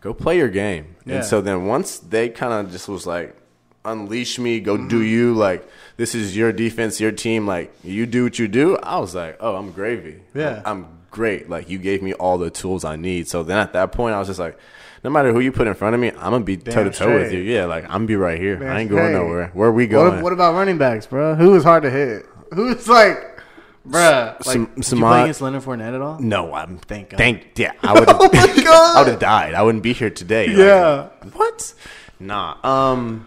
Speaker 2: go play your game."
Speaker 3: Yeah.
Speaker 2: And so then once they kind of just was like. Unleash me, go do you like this is your defense, your team. Like you do what you do. I was like, oh, I'm gravy.
Speaker 1: Yeah.
Speaker 2: I'm great. Like you gave me all the tools I need. So then at that point, I was just like, no matter who you put in front of me, I'm gonna be toe to toe with
Speaker 1: straight.
Speaker 2: you. Yeah, like I'm gonna be right here.
Speaker 1: Damn
Speaker 2: I ain't going
Speaker 1: straight.
Speaker 2: nowhere. Where are we going?
Speaker 1: What, what about running backs, bro? Who is hard to hit? Who's like, bruh? Like,
Speaker 2: Sam-
Speaker 1: did you
Speaker 2: Samad-
Speaker 1: play against Leonard Fournette at all?
Speaker 2: no, I'm
Speaker 1: Thank God.
Speaker 2: Thank yeah, I would. oh
Speaker 1: my God.
Speaker 2: I would have died. I wouldn't be here today. Like,
Speaker 1: Yeah.
Speaker 2: what? Nah. Um.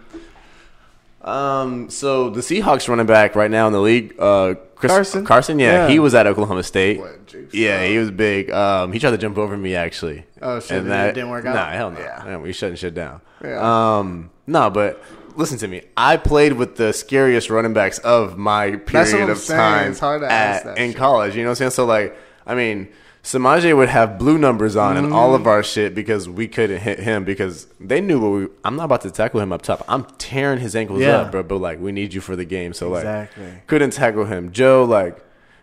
Speaker 2: Um. So the Seahawks running back right now in the league, uh, Chris,
Speaker 1: Carson?
Speaker 2: Carson. Yeah,
Speaker 1: Yeah.
Speaker 2: he was at Oklahoma State.
Speaker 1: What, juice.
Speaker 2: Yeah, he was big. Um, he tried to jump over me actually.
Speaker 1: Oh, shit,
Speaker 2: And
Speaker 1: it didn't work out?
Speaker 2: Nah, hell no.
Speaker 1: Yeah.
Speaker 2: Man, we shutting shit down.
Speaker 1: Yeah.
Speaker 2: Um, no, but listen to me. I played with the scariest running backs of my period
Speaker 1: That's what I'm
Speaker 2: of
Speaker 1: saying.
Speaker 2: time
Speaker 1: It's hard to ask
Speaker 2: at-
Speaker 1: that
Speaker 2: in
Speaker 1: shit.
Speaker 2: college. You know what I'm saying? So like, I mean, Samaje would have blue numbers on and all
Speaker 1: Mm-hmm.
Speaker 2: of our shit because we couldn't hit him because they knew what we. I'm not about to tackle him up top. I'm tearing his ankles
Speaker 1: Yeah.
Speaker 2: up, bro. But like, we need you for the game. So like,
Speaker 1: Exactly.
Speaker 2: couldn't tackle him. Joe like.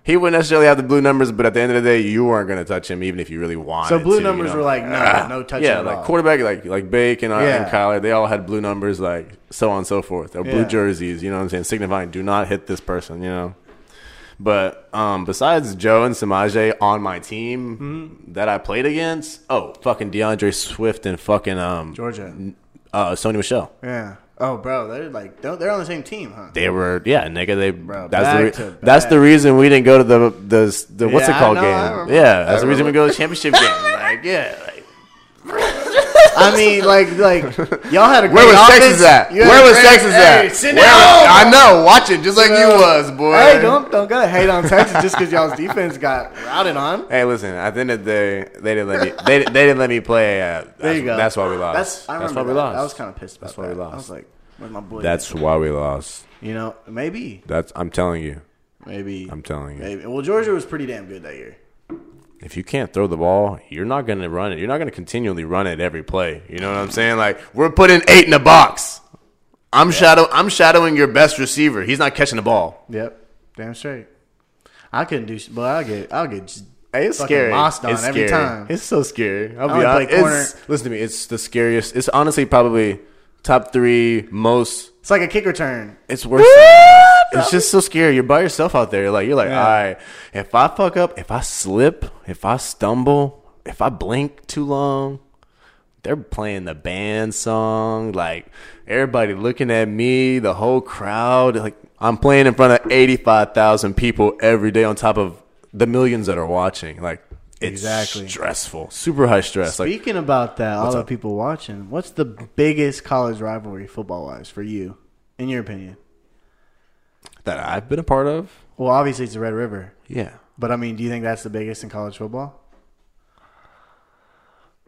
Speaker 2: He wouldn't necessarily have the blue numbers, but at the end of the day, you weren't going to touch him, even if you really wanted.
Speaker 1: So blue
Speaker 2: to, you
Speaker 1: numbers
Speaker 2: know? Ah,
Speaker 1: were like no, no touching.
Speaker 2: yeah,
Speaker 1: at
Speaker 2: like
Speaker 1: all.
Speaker 2: quarterback, like like Bake and, uh,
Speaker 1: Yeah.
Speaker 2: and Kyler, they all had blue numbers, like so on and so forth. Or blue
Speaker 1: Yeah.
Speaker 2: jerseys, you know what I'm saying, signifying do not hit this person, you know. But um, besides Joe and Samaje on my team
Speaker 1: Mm-hmm.
Speaker 2: that I played against, oh fucking DeAndre Swift and fucking um
Speaker 1: Georgia.
Speaker 2: uh Sony Michelle.
Speaker 1: Yeah. Oh, bro, they're like don't- they're on the same team, huh?
Speaker 2: They were yeah, nigga. They that's
Speaker 1: back
Speaker 2: the
Speaker 1: to
Speaker 2: re- that's
Speaker 1: back.
Speaker 2: the reason we didn't go to the the, the what's
Speaker 1: Yeah,
Speaker 2: it
Speaker 1: I
Speaker 2: called
Speaker 1: know, I
Speaker 2: game.
Speaker 1: remember.
Speaker 2: Yeah, that's the reason we go to the championship game. Like yeah, like
Speaker 1: I mean, like, like y'all had a great
Speaker 2: Where was
Speaker 1: offense.
Speaker 2: Texas at?
Speaker 1: You had
Speaker 2: Where
Speaker 1: a
Speaker 2: was
Speaker 1: great-
Speaker 2: Texas
Speaker 1: Hey,
Speaker 2: at?
Speaker 1: send it
Speaker 2: Where was-
Speaker 1: home.
Speaker 2: I know. Watch it just like you was, boy.
Speaker 1: Hey, don't don't gotta hate on Texas just because y'all's defense got routed on.
Speaker 2: Hey, listen. At the end of the day, they didn't let me. They, they didn't let me play. Uh, that's,
Speaker 1: There you go.
Speaker 2: That's why we lost.
Speaker 1: That's, I
Speaker 2: that's
Speaker 1: remember
Speaker 2: why we
Speaker 1: that.
Speaker 2: lost.
Speaker 1: I was kind of pissed about
Speaker 2: That's why we
Speaker 1: that.
Speaker 2: lost.
Speaker 1: I was like, where's my boy?
Speaker 2: that's why we lost.
Speaker 1: you know maybe
Speaker 2: That's. I'm telling you.
Speaker 1: maybe
Speaker 2: I'm telling you.
Speaker 1: maybe. Well, Georgia was pretty damn good that year.
Speaker 2: If you can't throw the ball, you're not gonna run it. You're not gonna continually run it every play. You know what I'm saying? Like we're putting eight in the box. I'm shadow. I'm shadowing your best receiver. He's not catching the ball.
Speaker 1: Yep, damn straight. I couldn't do, sh- but I get I'll get just
Speaker 2: Hey, it's
Speaker 1: fucking
Speaker 2: scary.
Speaker 1: mossed on
Speaker 2: it's
Speaker 1: every
Speaker 2: scary.
Speaker 1: time.
Speaker 2: It's so scary. I'll
Speaker 1: I
Speaker 2: be
Speaker 1: would play
Speaker 2: honest. It's-
Speaker 1: corner.
Speaker 2: Listen to me. It's the scariest. It's honestly probably top three most.
Speaker 1: It's like a kick return.
Speaker 2: It's worse. than- it's just so scary. You're by yourself out there. You're like you're like,
Speaker 1: Yeah.
Speaker 2: all right. If I fuck up, if I slip, if I stumble, if I blink too long, they're playing the band song. Like everybody looking at me, the whole crowd. Like I'm playing in front of eighty five thousand people every day, on top of the millions that are watching. Like it's
Speaker 1: Exactly.
Speaker 2: stressful, super high stress. like
Speaker 1: Speaking about that, all the
Speaker 2: up?
Speaker 1: people watching, what's the biggest college rivalry football wise for you, in your opinion?
Speaker 2: that I've been a part of.
Speaker 1: Well, obviously it's the Red River,
Speaker 2: Yeah.
Speaker 1: but I mean, do you think that's the biggest in college football?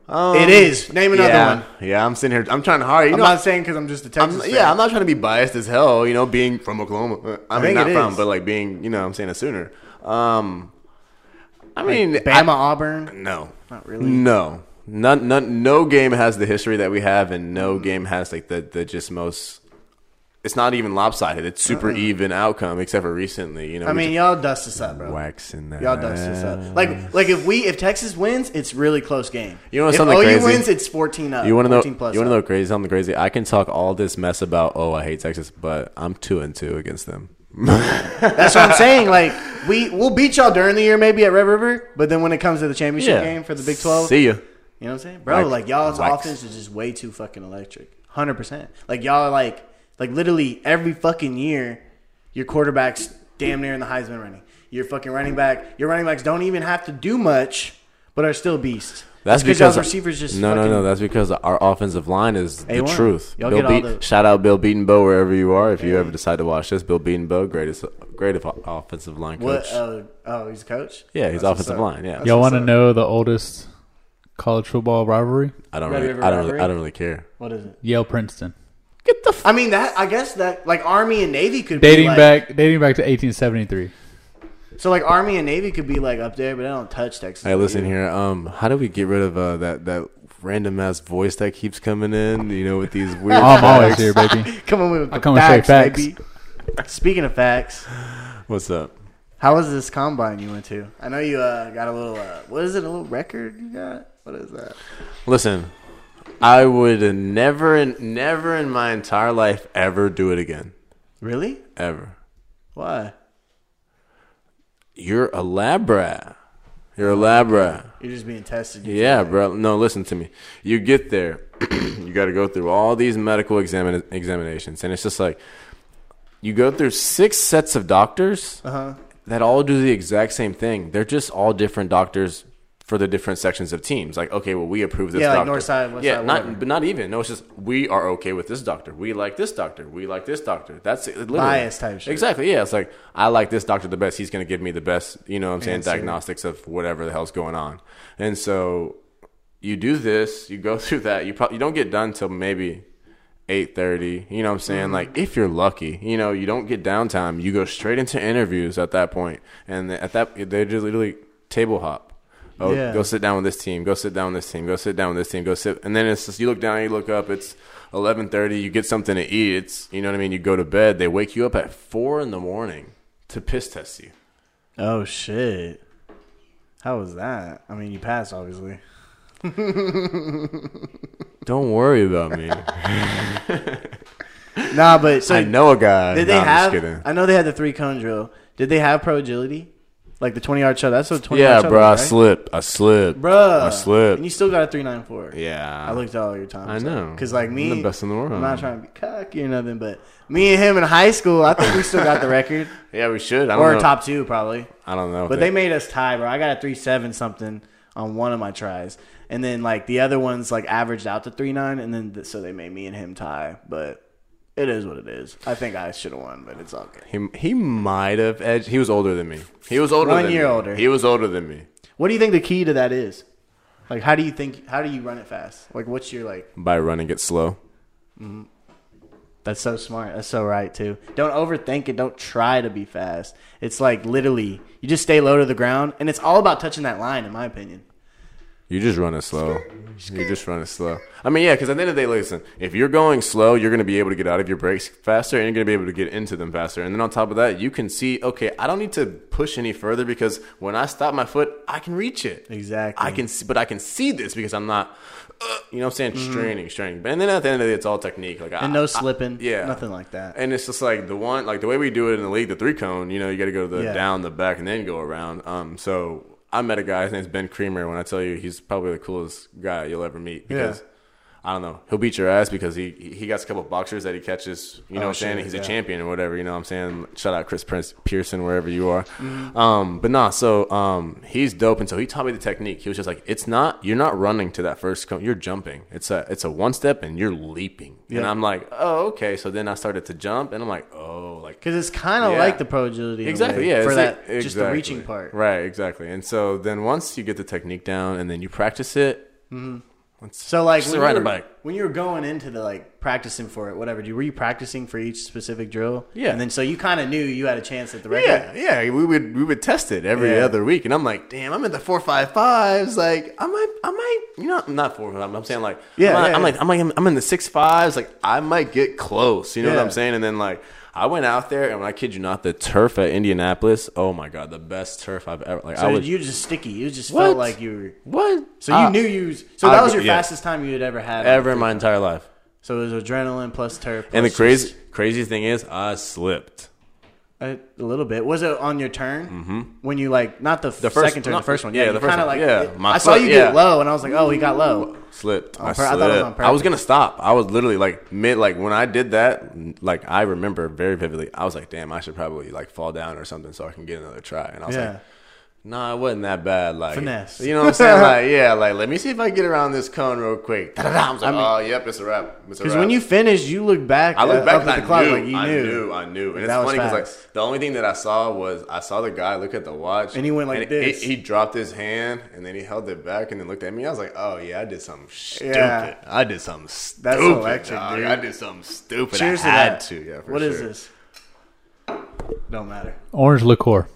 Speaker 1: it is. Name another
Speaker 2: Um, yeah,
Speaker 1: one.
Speaker 2: Yeah, I'm sitting here. I'm trying hard. You
Speaker 1: I'm
Speaker 2: know,
Speaker 1: not saying because I'm just a Texas.
Speaker 2: I'm,
Speaker 1: fan.
Speaker 2: yeah, I'm not trying to be biased as hell, you know, being from Oklahoma. Uh, I, mean,
Speaker 1: think
Speaker 2: not
Speaker 1: it
Speaker 2: from,
Speaker 1: is.
Speaker 2: but like being, you know, I'm saying a sooner. Um, I mean,
Speaker 1: Bama Auburn.
Speaker 2: I- no,
Speaker 1: Not really.
Speaker 2: No, none, none, no game has the history that we have, and no
Speaker 1: Mm-hmm.
Speaker 2: game has like the the just most. It's not even lopsided. It's super even outcome, except for recently. You know,
Speaker 1: Uh-huh. I
Speaker 2: we
Speaker 1: mean, y'all dust us up,
Speaker 2: just
Speaker 1: bro.
Speaker 2: waxing that.
Speaker 1: Y'all dust us up. Like, like if we if Texas wins, it's really close game.
Speaker 2: You know
Speaker 1: if
Speaker 2: something
Speaker 1: OU
Speaker 2: crazy?
Speaker 1: wins, it's 14 up.
Speaker 2: You want to
Speaker 1: 14
Speaker 2: know?
Speaker 1: Plus
Speaker 2: You want to
Speaker 1: up.
Speaker 2: know crazy? Something crazy. I can talk all this mess about. Oh, I hate Texas, but I'm two and two against them.
Speaker 1: That's what I'm saying. Like we we'll beat y'all during the year maybe at Red River, but then when it comes to the championship game for the Big 12,
Speaker 2: See ya.
Speaker 1: you know what I'm saying, bro?
Speaker 2: Like-
Speaker 1: Like y'all's
Speaker 2: like-
Speaker 1: offense is just way too fucking electric. Hundred percent. Like y'all are like like literally every fucking year, your quarterback's damn near in the Heisman running. Your fucking running back, your running backs don't even have to do much. but are still beasts.
Speaker 2: That's
Speaker 1: It's 'cause
Speaker 2: because
Speaker 1: y'all's receivers just
Speaker 2: no, no,
Speaker 1: fucking-
Speaker 2: no. That's because our offensive line is the
Speaker 1: A1.
Speaker 2: truth.
Speaker 1: Y'all
Speaker 2: Bill
Speaker 1: get all
Speaker 2: Beat-
Speaker 1: the-
Speaker 2: shout out Bill Beaton Bow wherever you are. If you ever decide to watch this, Bill Beaton Bow, greatest, great of- offensive line coach.
Speaker 1: What? Uh, oh, he's a coach.
Speaker 2: yeah, he's
Speaker 1: That's what's
Speaker 2: offensive
Speaker 1: up.
Speaker 2: line. Yeah,
Speaker 3: Y'all
Speaker 1: what's
Speaker 3: want to
Speaker 1: up.
Speaker 3: know the oldest college football rivalry?
Speaker 2: I don't
Speaker 1: Red
Speaker 2: really,
Speaker 1: River
Speaker 2: I don't,
Speaker 1: Rivalry?
Speaker 2: I don't really care.
Speaker 1: What is it?
Speaker 3: Yale Princeton,
Speaker 2: Get the f-
Speaker 1: I mean that. I guess that like Army and Navy could
Speaker 3: dating
Speaker 1: be like,
Speaker 3: back dating back to 1873.
Speaker 1: So like Army and Navy could be like up there, but I don't touch Texas.
Speaker 2: Hey, listen here. Um, how do we get rid of uh, that that random ass voice that keeps coming in? You know, with these weird.
Speaker 3: I'm always
Speaker 2: facts?
Speaker 3: here, baby.
Speaker 1: Come on with
Speaker 3: I
Speaker 1: the
Speaker 3: come with straight
Speaker 1: facts,
Speaker 3: facts.
Speaker 1: baby. Speaking of facts,
Speaker 2: What's up?
Speaker 1: how was this combine you went to? I know you uh, got a little. Uh, what is it? A little record you got? What is that?
Speaker 2: Listen, I would never, never in my entire life ever do it again.
Speaker 1: Really?
Speaker 2: Ever.
Speaker 1: Why?
Speaker 2: You're a lab rat. You're a lab rat.
Speaker 1: You're just being tested. You
Speaker 2: Yeah, bro. No, listen to me. You get there, you got to go through all these medical examin- examinations, and it's just like you go through six sets of doctors
Speaker 1: Uh-huh.
Speaker 2: that all do the exact same thing. They're just all different doctors for the different sections of teams. Like, okay, well, we approve this.
Speaker 1: Yeah, like
Speaker 2: doctor.
Speaker 1: north side, west
Speaker 2: yeah,
Speaker 1: side,
Speaker 2: not
Speaker 1: whatever.
Speaker 2: but not even. No, it's just we are okay with this doctor. We like this doctor. We like this doctor. That's it, literally.
Speaker 1: Bias type shit.
Speaker 2: Exactly. Yeah, it's like I like this doctor the best. He's going to give me the best. You know what I'm saying?
Speaker 1: Answer.
Speaker 2: Diagnostics of whatever the hell's going on, and so you do this, you go through that. You probably you don't get done till maybe eight thirty. You know what I'm saying?
Speaker 1: Mm-hmm.
Speaker 2: Like if you're lucky, you know you don't get downtime. You go straight into interviews at that point, and at that they just literally table hop. Oh,
Speaker 1: Yeah.
Speaker 2: go sit down with this team. Go sit down with this team. Go sit down with this team. Go sit, and then it's just you look down, you look up. It's eleven thirty. You get something to eat. It's you know what I mean. You go to bed. They wake you up at four in the morning to piss test you.
Speaker 1: Oh shit! How was that? I mean, you passed obviously.
Speaker 2: Don't worry about me.
Speaker 1: Nah, but so
Speaker 2: I know a guy.
Speaker 1: did
Speaker 2: No,
Speaker 1: they
Speaker 2: I'm just
Speaker 1: have?
Speaker 2: kidding.
Speaker 1: I know they had the three cone drill. Did they have pro agility? Like the twenty yard shot. That's what twenty.
Speaker 2: Yeah,
Speaker 1: yard shuttle
Speaker 2: bro, I
Speaker 1: is, right?
Speaker 2: slipped. I slipped.
Speaker 1: Bruh.
Speaker 2: I slipped.
Speaker 1: And you still got a 394.
Speaker 2: yeah.
Speaker 1: I looked at all your times.
Speaker 2: I know.
Speaker 1: Because, like,
Speaker 2: I'm
Speaker 1: me.
Speaker 2: the best in the world.
Speaker 1: I'm not trying to be cocky or nothing, but me and him in high school, I think we still got the record.
Speaker 2: yeah, we should. I don't
Speaker 1: or
Speaker 2: know.
Speaker 1: top two, probably.
Speaker 2: I don't know.
Speaker 1: But they made us tie, bro. I got a 3.7 something on one of my tries. And then, like, the other ones, like, averaged out to 3.9. And then, th- so they made me and him tie. But it is what it is. I think I should have won, but it's all good.
Speaker 2: He, he might have edged. He was older than me. He was older.
Speaker 1: One
Speaker 2: than
Speaker 1: year
Speaker 2: me.
Speaker 1: older.
Speaker 2: He was older than me
Speaker 1: What do you think the key to that is? Like, how do you think, how do you run it fast? Like, what's your, like,
Speaker 2: by running it slow.
Speaker 1: That's so smart. That's so right too. Don't overthink it. Don't try to be fast. It's like literally, you just stay low to the ground, and it's all about touching that line, in my opinion.
Speaker 2: You just run it slow. You just run it slow. I mean, yeah, because at the end of the day, listen, if you're going slow, you're going to be able to get out of your breaks faster and you're going to be able to get into them faster. And then on top of that, you can see, okay, I don't need to push any further because when I stop my foot, I can reach it.
Speaker 1: Exactly.
Speaker 2: I can see, but I can see this because I'm not, uh, you know what I'm saying, straining, straining. And then at the end of the day, it's all technique. Like I,
Speaker 1: Mm-hmm. And no
Speaker 2: I-
Speaker 1: slipping.
Speaker 2: yeah.
Speaker 1: nothing like that.
Speaker 2: and it's just like the one, like the way we do it in the league, the three cone. You know, you got to go to the
Speaker 1: Yeah.
Speaker 2: down, the back, and then go around. Um, so I met a guy. His name's Ben Creamer. When I tell you, he's probably the coolest guy you'll ever meet because. I don't know. He'll beat your ass because he he got a couple boxers that he catches. You know what I'm saying?
Speaker 1: Oh, shit,
Speaker 2: He's
Speaker 1: yeah.
Speaker 2: a champion or whatever. You know what I'm saying? Shout out Chris Prince Pearson wherever you are. Um, but nah, so um, he's dope, and so he taught me the technique. He was just like, it's not you're not running to that first cone. You're jumping. It's a it's a one step, and you're leaping. And
Speaker 1: Yeah.
Speaker 2: I'm like, oh okay. So then I started to jump, and I'm like, oh like
Speaker 1: Because it's kind of
Speaker 2: Yeah.
Speaker 1: like the pro agility. in a
Speaker 2: Exactly.
Speaker 1: way,
Speaker 2: Yeah.
Speaker 1: For
Speaker 2: it's
Speaker 1: that,
Speaker 2: like-
Speaker 1: just the
Speaker 2: exactly.
Speaker 1: reaching part.
Speaker 2: Right. Exactly. And so then once you get the technique down, and then you practice it. It's
Speaker 1: Mm-hmm. So like
Speaker 2: just
Speaker 1: when
Speaker 2: ride
Speaker 1: you
Speaker 2: a
Speaker 1: were,
Speaker 2: bike.
Speaker 1: when you were going into the like practicing for it, whatever, were you practicing for each specific drill?
Speaker 2: Yeah.
Speaker 1: And then so you kind of knew you had a chance at the record.
Speaker 2: Yeah, yeah, we would we would test it every
Speaker 1: Yeah.
Speaker 2: other week, and I'm like, damn, I'm in the four five fives. Like, I might, I might, you know, not four. I'm, I'm saying like,
Speaker 1: Yeah,
Speaker 2: I'm,
Speaker 1: yeah,
Speaker 2: I'm
Speaker 1: yeah.
Speaker 2: like, I'm like, I'm in the six fives. Like, I might get close. You know what
Speaker 1: Yeah.
Speaker 2: I'm saying? And then like, I went out there, and I kid you not, the turf at Indianapolis. Oh my god, the best turf I've ever. Like,
Speaker 1: So
Speaker 2: I was
Speaker 1: you just sticky. You just
Speaker 2: What?
Speaker 1: felt like you were.
Speaker 2: what?
Speaker 1: So you
Speaker 2: I-
Speaker 1: knew you. was- So
Speaker 2: I
Speaker 1: that was
Speaker 2: agree-
Speaker 1: your
Speaker 2: yeah.
Speaker 1: fastest time you had ever had
Speaker 2: ever in my entire life.
Speaker 1: So it was adrenaline plus turf.
Speaker 2: And the
Speaker 1: plus
Speaker 2: crazy crazy thing is, I slipped.
Speaker 1: A, a little bit. Was it on your turn? Mm-hmm. When you like not the,
Speaker 2: The first-
Speaker 1: second turn,
Speaker 2: no,
Speaker 1: the first one.
Speaker 2: yeah,
Speaker 1: Yeah,
Speaker 2: the
Speaker 1: you
Speaker 2: first
Speaker 1: kind of
Speaker 2: one,
Speaker 1: like.
Speaker 2: yeah.
Speaker 1: it-
Speaker 2: My
Speaker 1: I saw
Speaker 2: foot,
Speaker 1: you
Speaker 2: yeah.
Speaker 1: get low, and I was like, oh, he got low.
Speaker 2: Slipped. I,
Speaker 1: pur- I
Speaker 2: slipped.
Speaker 1: thought it was on
Speaker 2: I
Speaker 1: purpose.
Speaker 2: was gonna stop. I was literally like mid, like when I did that, like I remember very vividly. I was like, "Damn, I should probably like fall down or something so I can get another try." And I was
Speaker 1: Yeah.
Speaker 2: like, No, nah, it wasn't that bad. Like
Speaker 1: Finesse.
Speaker 2: You know what I'm saying? Like, yeah, like let me see if I can get around this cone real quick. I was like, oh, yep, it's a wrap. It's a
Speaker 1: Because
Speaker 2: wrap.
Speaker 1: when you finish, you look back.
Speaker 2: I
Speaker 1: uh,
Speaker 2: look back
Speaker 1: up
Speaker 2: and
Speaker 1: at
Speaker 2: I
Speaker 1: the clock
Speaker 2: knew,
Speaker 1: like you
Speaker 2: I
Speaker 1: knew.
Speaker 2: knew, I knew, and it's
Speaker 1: That was
Speaker 2: funny because
Speaker 1: fast.
Speaker 2: like the only thing that I saw was I saw the guy look at the watch,
Speaker 1: And he went like
Speaker 2: he-
Speaker 1: this.
Speaker 2: He, dropped his hand, and then he held it back, and then looked at me. I was like, "Oh yeah, I did something stupid.
Speaker 1: Yeah.
Speaker 2: I did something stupid.
Speaker 1: That's electric,
Speaker 2: dog.
Speaker 1: dude.
Speaker 2: I did something stupid.
Speaker 1: Cheers
Speaker 2: I had
Speaker 1: to
Speaker 2: to.
Speaker 1: that.
Speaker 2: Yeah, for
Speaker 1: What is
Speaker 2: sure.
Speaker 1: this? Don't matter.
Speaker 3: Orange liqueur.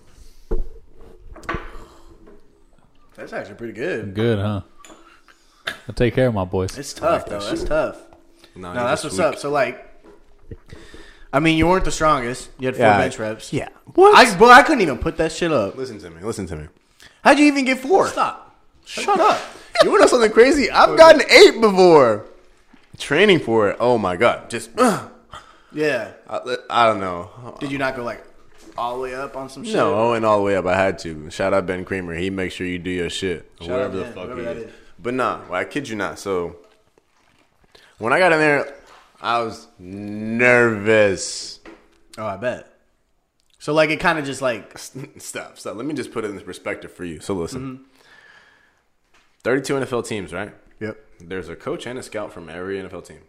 Speaker 1: That's actually pretty good.
Speaker 3: Good, huh? I take care of my boys.
Speaker 1: It's tough though. That's tough.
Speaker 2: No,
Speaker 1: No, that's what's up. So like, I mean, you weren't the strongest. You had four
Speaker 2: Yeah.
Speaker 1: bench reps.
Speaker 2: Yeah.
Speaker 1: What? I, but I couldn't even put that shit up.
Speaker 2: Listen to me. Listen to me.
Speaker 1: How'd you even get four? Stop.
Speaker 2: Shut up. You want to know something crazy? I've gotten eight before. Training for it. Oh my god. Just uh,
Speaker 1: Yeah.
Speaker 2: I, I don't know.
Speaker 1: Did you not go like all the way up on some shit?
Speaker 2: No, and all the way up. I had to. Shout out Ben Creamer. He makes sure you do your shit.
Speaker 1: out
Speaker 2: whatever the
Speaker 1: Ben,
Speaker 2: fuck
Speaker 1: whoever
Speaker 2: he
Speaker 1: that
Speaker 2: is.
Speaker 1: is.
Speaker 2: But nah, well, I kid you not. So when I got in there, I was nervous.
Speaker 1: Oh, I bet. So like, it kind of just like
Speaker 2: Stop, stop. Let me just put it in perspective for you. So
Speaker 1: Mm-hmm.
Speaker 2: listen. 32 NFL teams, right?
Speaker 1: yep.
Speaker 2: There's a coach and a scout from every NFL team.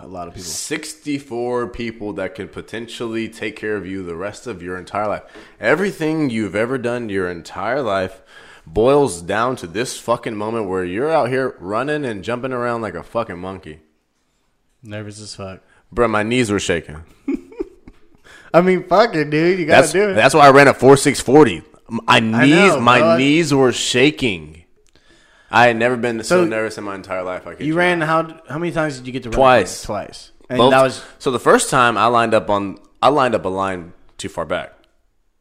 Speaker 1: A lot of people.
Speaker 2: 64 people that could potentially take care of you the rest of your entire life. Everything you've ever done your entire life boils down to this fucking moment where you're out here running and jumping around like a fucking monkey.
Speaker 1: Nervous as fuck.
Speaker 2: Bro, my knees were shaking.
Speaker 1: I mean, fuck it, dude. You gotta
Speaker 2: That's,
Speaker 1: do it.
Speaker 2: that's why I ran a 4640. I knees,
Speaker 1: know,
Speaker 2: my
Speaker 1: bro.
Speaker 2: knees were shaking. I had never been
Speaker 1: So-
Speaker 2: so, nervous in my entire life. I could
Speaker 1: you ran how how many times did you get to run?
Speaker 2: Twice.
Speaker 1: Twice. And
Speaker 2: both.
Speaker 1: that was
Speaker 2: so the first time I lined up on I lined up a line too far back.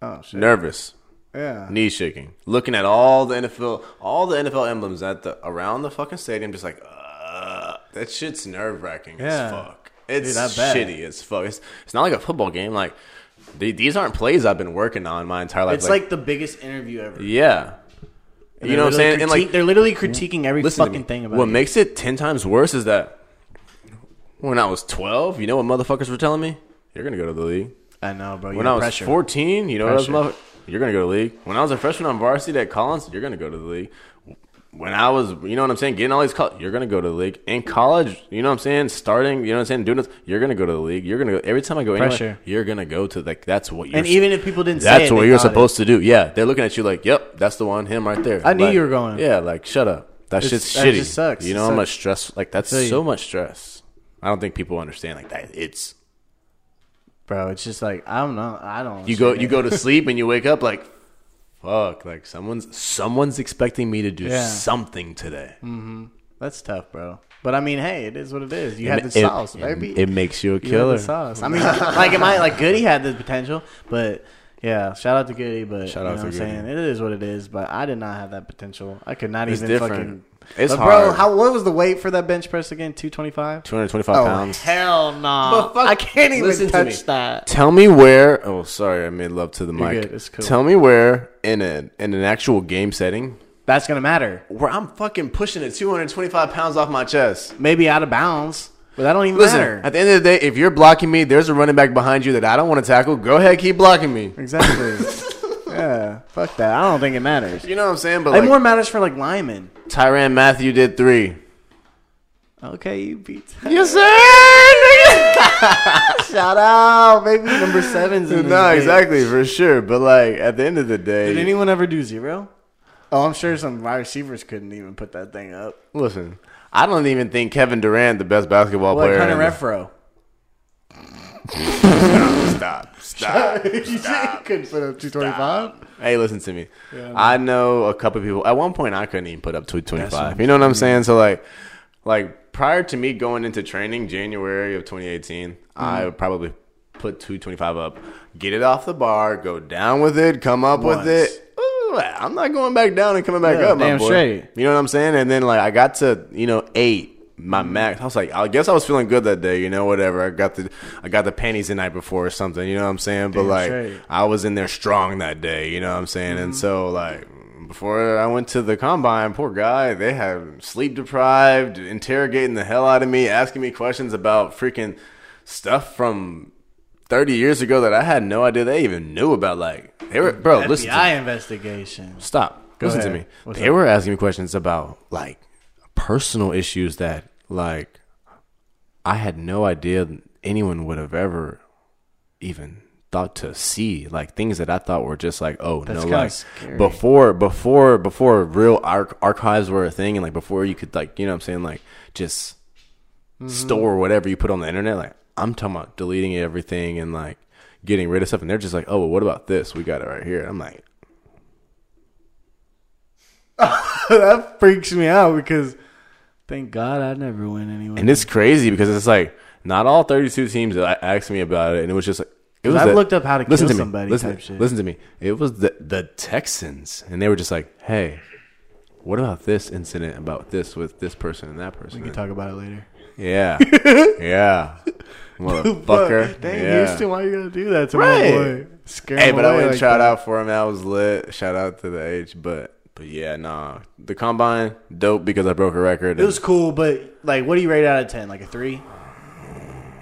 Speaker 1: oh shit.
Speaker 2: Nervous.
Speaker 1: Yeah.
Speaker 2: Knee shaking. Looking at all the NFL, all the NFL emblems at the around the fucking stadium, just like, uh, that shit's nerve wracking
Speaker 1: Yeah.
Speaker 2: as fuck. It's
Speaker 1: Dude, I bet.
Speaker 2: shitty as fuck. It's, it's not like a football game. Like the- these aren't plays I've been working on my entire life.
Speaker 1: It's like, the biggest interview ever.
Speaker 2: yeah, you know what I'm
Speaker 1: They're
Speaker 2: saying. And
Speaker 1: critique-
Speaker 2: like,
Speaker 1: they're literally critiquing every
Speaker 2: listen to
Speaker 1: fucking
Speaker 2: me.
Speaker 1: thing about
Speaker 2: what
Speaker 1: you.
Speaker 2: makes it ten times worse is that when I was twelve, you know what motherfuckers were telling me? You're gonna go to the league.
Speaker 1: I know, bro.
Speaker 2: When
Speaker 1: you're
Speaker 2: I was
Speaker 1: pressure.
Speaker 2: 14, you know
Speaker 3: Pressure.
Speaker 2: what I was motherf- You're going to go to the league. When I was a freshman on varsity at Collins, you're going to go to the league. When I was, you know what I'm saying, getting all these calls, you're going to go to the league. In college, you know what I'm saying, starting, you know what I'm saying, doing this, you're going to go to the league. You're going to go, every time I go
Speaker 1: Pressure.
Speaker 2: anywhere, you're going to go to, like, that's what you're
Speaker 1: and even if people didn't say
Speaker 2: that's
Speaker 1: it,
Speaker 2: what
Speaker 1: they
Speaker 2: you're
Speaker 1: thought it.
Speaker 2: supposed to do. Yeah, they're looking at you like, "Yep, that's the one, him right there."
Speaker 1: I knew
Speaker 2: Like,
Speaker 1: you were going.
Speaker 2: Yeah, like shut up. That
Speaker 1: It's-
Speaker 2: shit's
Speaker 1: that
Speaker 2: shitty.
Speaker 1: just sucks.
Speaker 2: You
Speaker 1: It
Speaker 2: know how
Speaker 1: sucks.
Speaker 2: much stress? Like that's
Speaker 1: Tell you.
Speaker 2: so much stress. I don't think people understand like that. It's
Speaker 1: bro. It's just like I don't know. I don't.
Speaker 2: you go you go to sleep and you wake up like fuck like someone's someone's expecting me to do
Speaker 1: Yeah. Mm.
Speaker 2: something today
Speaker 1: That's tough, bro. But I mean, hey, it is what it is. You had the
Speaker 2: it,
Speaker 1: sauce, baby.
Speaker 2: it, it makes you a
Speaker 1: you had
Speaker 2: killer
Speaker 1: the sauce. I mean, like it might like Goody had the potential, but yeah, shout out to Goody. But
Speaker 2: Shout
Speaker 1: you know
Speaker 2: out to
Speaker 1: what I'm
Speaker 2: Goody.
Speaker 1: saying it is what it is. But I did not have that potential. I could not
Speaker 2: It's
Speaker 1: even
Speaker 2: different.
Speaker 1: fucking.
Speaker 2: It's
Speaker 1: but bro,
Speaker 2: hard.
Speaker 1: how what was the weight for that bench press again? Two twenty five.
Speaker 2: 225
Speaker 1: Oh
Speaker 2: pounds
Speaker 1: hell no!
Speaker 2: But fuck-
Speaker 1: I can't even
Speaker 2: listen to
Speaker 1: touch
Speaker 2: me.
Speaker 1: that.
Speaker 2: tell me where oh sorry i made love to the mic
Speaker 1: good, it's cool.
Speaker 2: tell me where in a in an actual game setting
Speaker 1: That's gonna matter.
Speaker 2: where i'm fucking pushing it 225 pounds off my chest
Speaker 1: Maybe out of bounds, but that don't even
Speaker 2: Listen,
Speaker 1: matter.
Speaker 2: at the end of the day, if you're blocking me, there's a running back behind you that I don't want to tackle. Go ahead, keep blocking me.
Speaker 1: Exactly. yeah. Fuck that. I don't think it matters.
Speaker 2: You know what I'm saying? But
Speaker 1: It
Speaker 2: like,
Speaker 1: more matters for like linemen.
Speaker 2: Tyran Matthew did three.
Speaker 1: Okay, you beat.
Speaker 2: Yes, sir.
Speaker 1: Shout out, baby. Number seven's in this
Speaker 2: no,
Speaker 1: bitch.
Speaker 2: exactly for sure. But like at the end of the day,
Speaker 1: Did anyone ever do zero? Oh, I'm sure some wide receivers couldn't even put that thing up.
Speaker 2: listen, I don't even think Kevin Durant the best basketball
Speaker 1: Like
Speaker 2: player.
Speaker 1: Hunter
Speaker 2: in the-
Speaker 1: Refro.
Speaker 2: stop, stop.
Speaker 1: couldn't put up 225.
Speaker 2: hey, listen to me. I know a couple people. At one point, I couldn't even put up two twenty five. You know what I'm saying? So like, like prior to me going into training, January of 2018,
Speaker 1: Mm-hmm.
Speaker 2: I would probably put two twenty five up, get it off the bar, go down with it, come up
Speaker 1: Once.
Speaker 2: with it. Ooh, I'm not going back down and coming back
Speaker 1: Yeah,
Speaker 2: up, my
Speaker 1: damn
Speaker 2: boy.
Speaker 1: straight.
Speaker 2: You know what I'm saying? And then like I got to you know eight. My
Speaker 1: Mm-hmm.
Speaker 2: max. I was like, I guess I was feeling good that day, you know, whatever. I got the, I got the panties the night before or something, you know what I'm saying? But
Speaker 1: Damn
Speaker 2: like,
Speaker 1: straight. Mm-hmm.
Speaker 2: I was in there strong that day, you know what I'm saying? And so like before I went to the combine, poor guy, they had sleep deprived, interrogating the hell out of me, asking me questions about freaking stuff from 30 years ago that I had no idea they even knew about like They were, bro.
Speaker 1: FBI
Speaker 2: Listen, to me.
Speaker 1: investigation.
Speaker 2: stop. listen
Speaker 1: ahead.
Speaker 2: to me.
Speaker 1: What's
Speaker 2: they
Speaker 1: up?
Speaker 2: were asking me questions about like personal issues that like I had no idea anyone would have ever even thought to see like things that I thought were just like oh
Speaker 1: That's
Speaker 2: no
Speaker 1: kinda
Speaker 2: like
Speaker 1: scary.
Speaker 2: before before before real arch- archives were a thing and like before you could like you know what I'm saying like just
Speaker 1: Mm-hmm.
Speaker 2: store whatever you put on the internet like I'm talking about deleting everything and like getting rid of stuff and they're just like oh well, what about this we got it right here I'm like
Speaker 1: that freaks me out because thank God I never win anyway.
Speaker 2: And it's crazy because it's like not all 32 teams that asked me about it, and it was just like it was.
Speaker 1: I've
Speaker 2: the-
Speaker 1: looked up how to kill
Speaker 2: me,
Speaker 1: somebody
Speaker 2: Listen,
Speaker 1: type shit.
Speaker 2: listen to me. It was the the Texans, and they were just like, "Hey, what about this incident? About this with this person and that person?
Speaker 1: we can talk about it later.
Speaker 2: yeah, yeah, motherfucker.
Speaker 1: Fuck. Dang,
Speaker 2: yeah.
Speaker 1: Houston, why you gonna do that to
Speaker 2: Right.
Speaker 1: my boy? Scare
Speaker 2: Hey,
Speaker 1: him
Speaker 2: but I
Speaker 1: away
Speaker 2: went and
Speaker 1: like
Speaker 2: shout
Speaker 1: that.
Speaker 2: out for him. That was lit. Shout out to the H. But but yeah, nah. The combine dope because I broke a record.
Speaker 1: It was cool, but like, what do you rate out of ten? Like a three,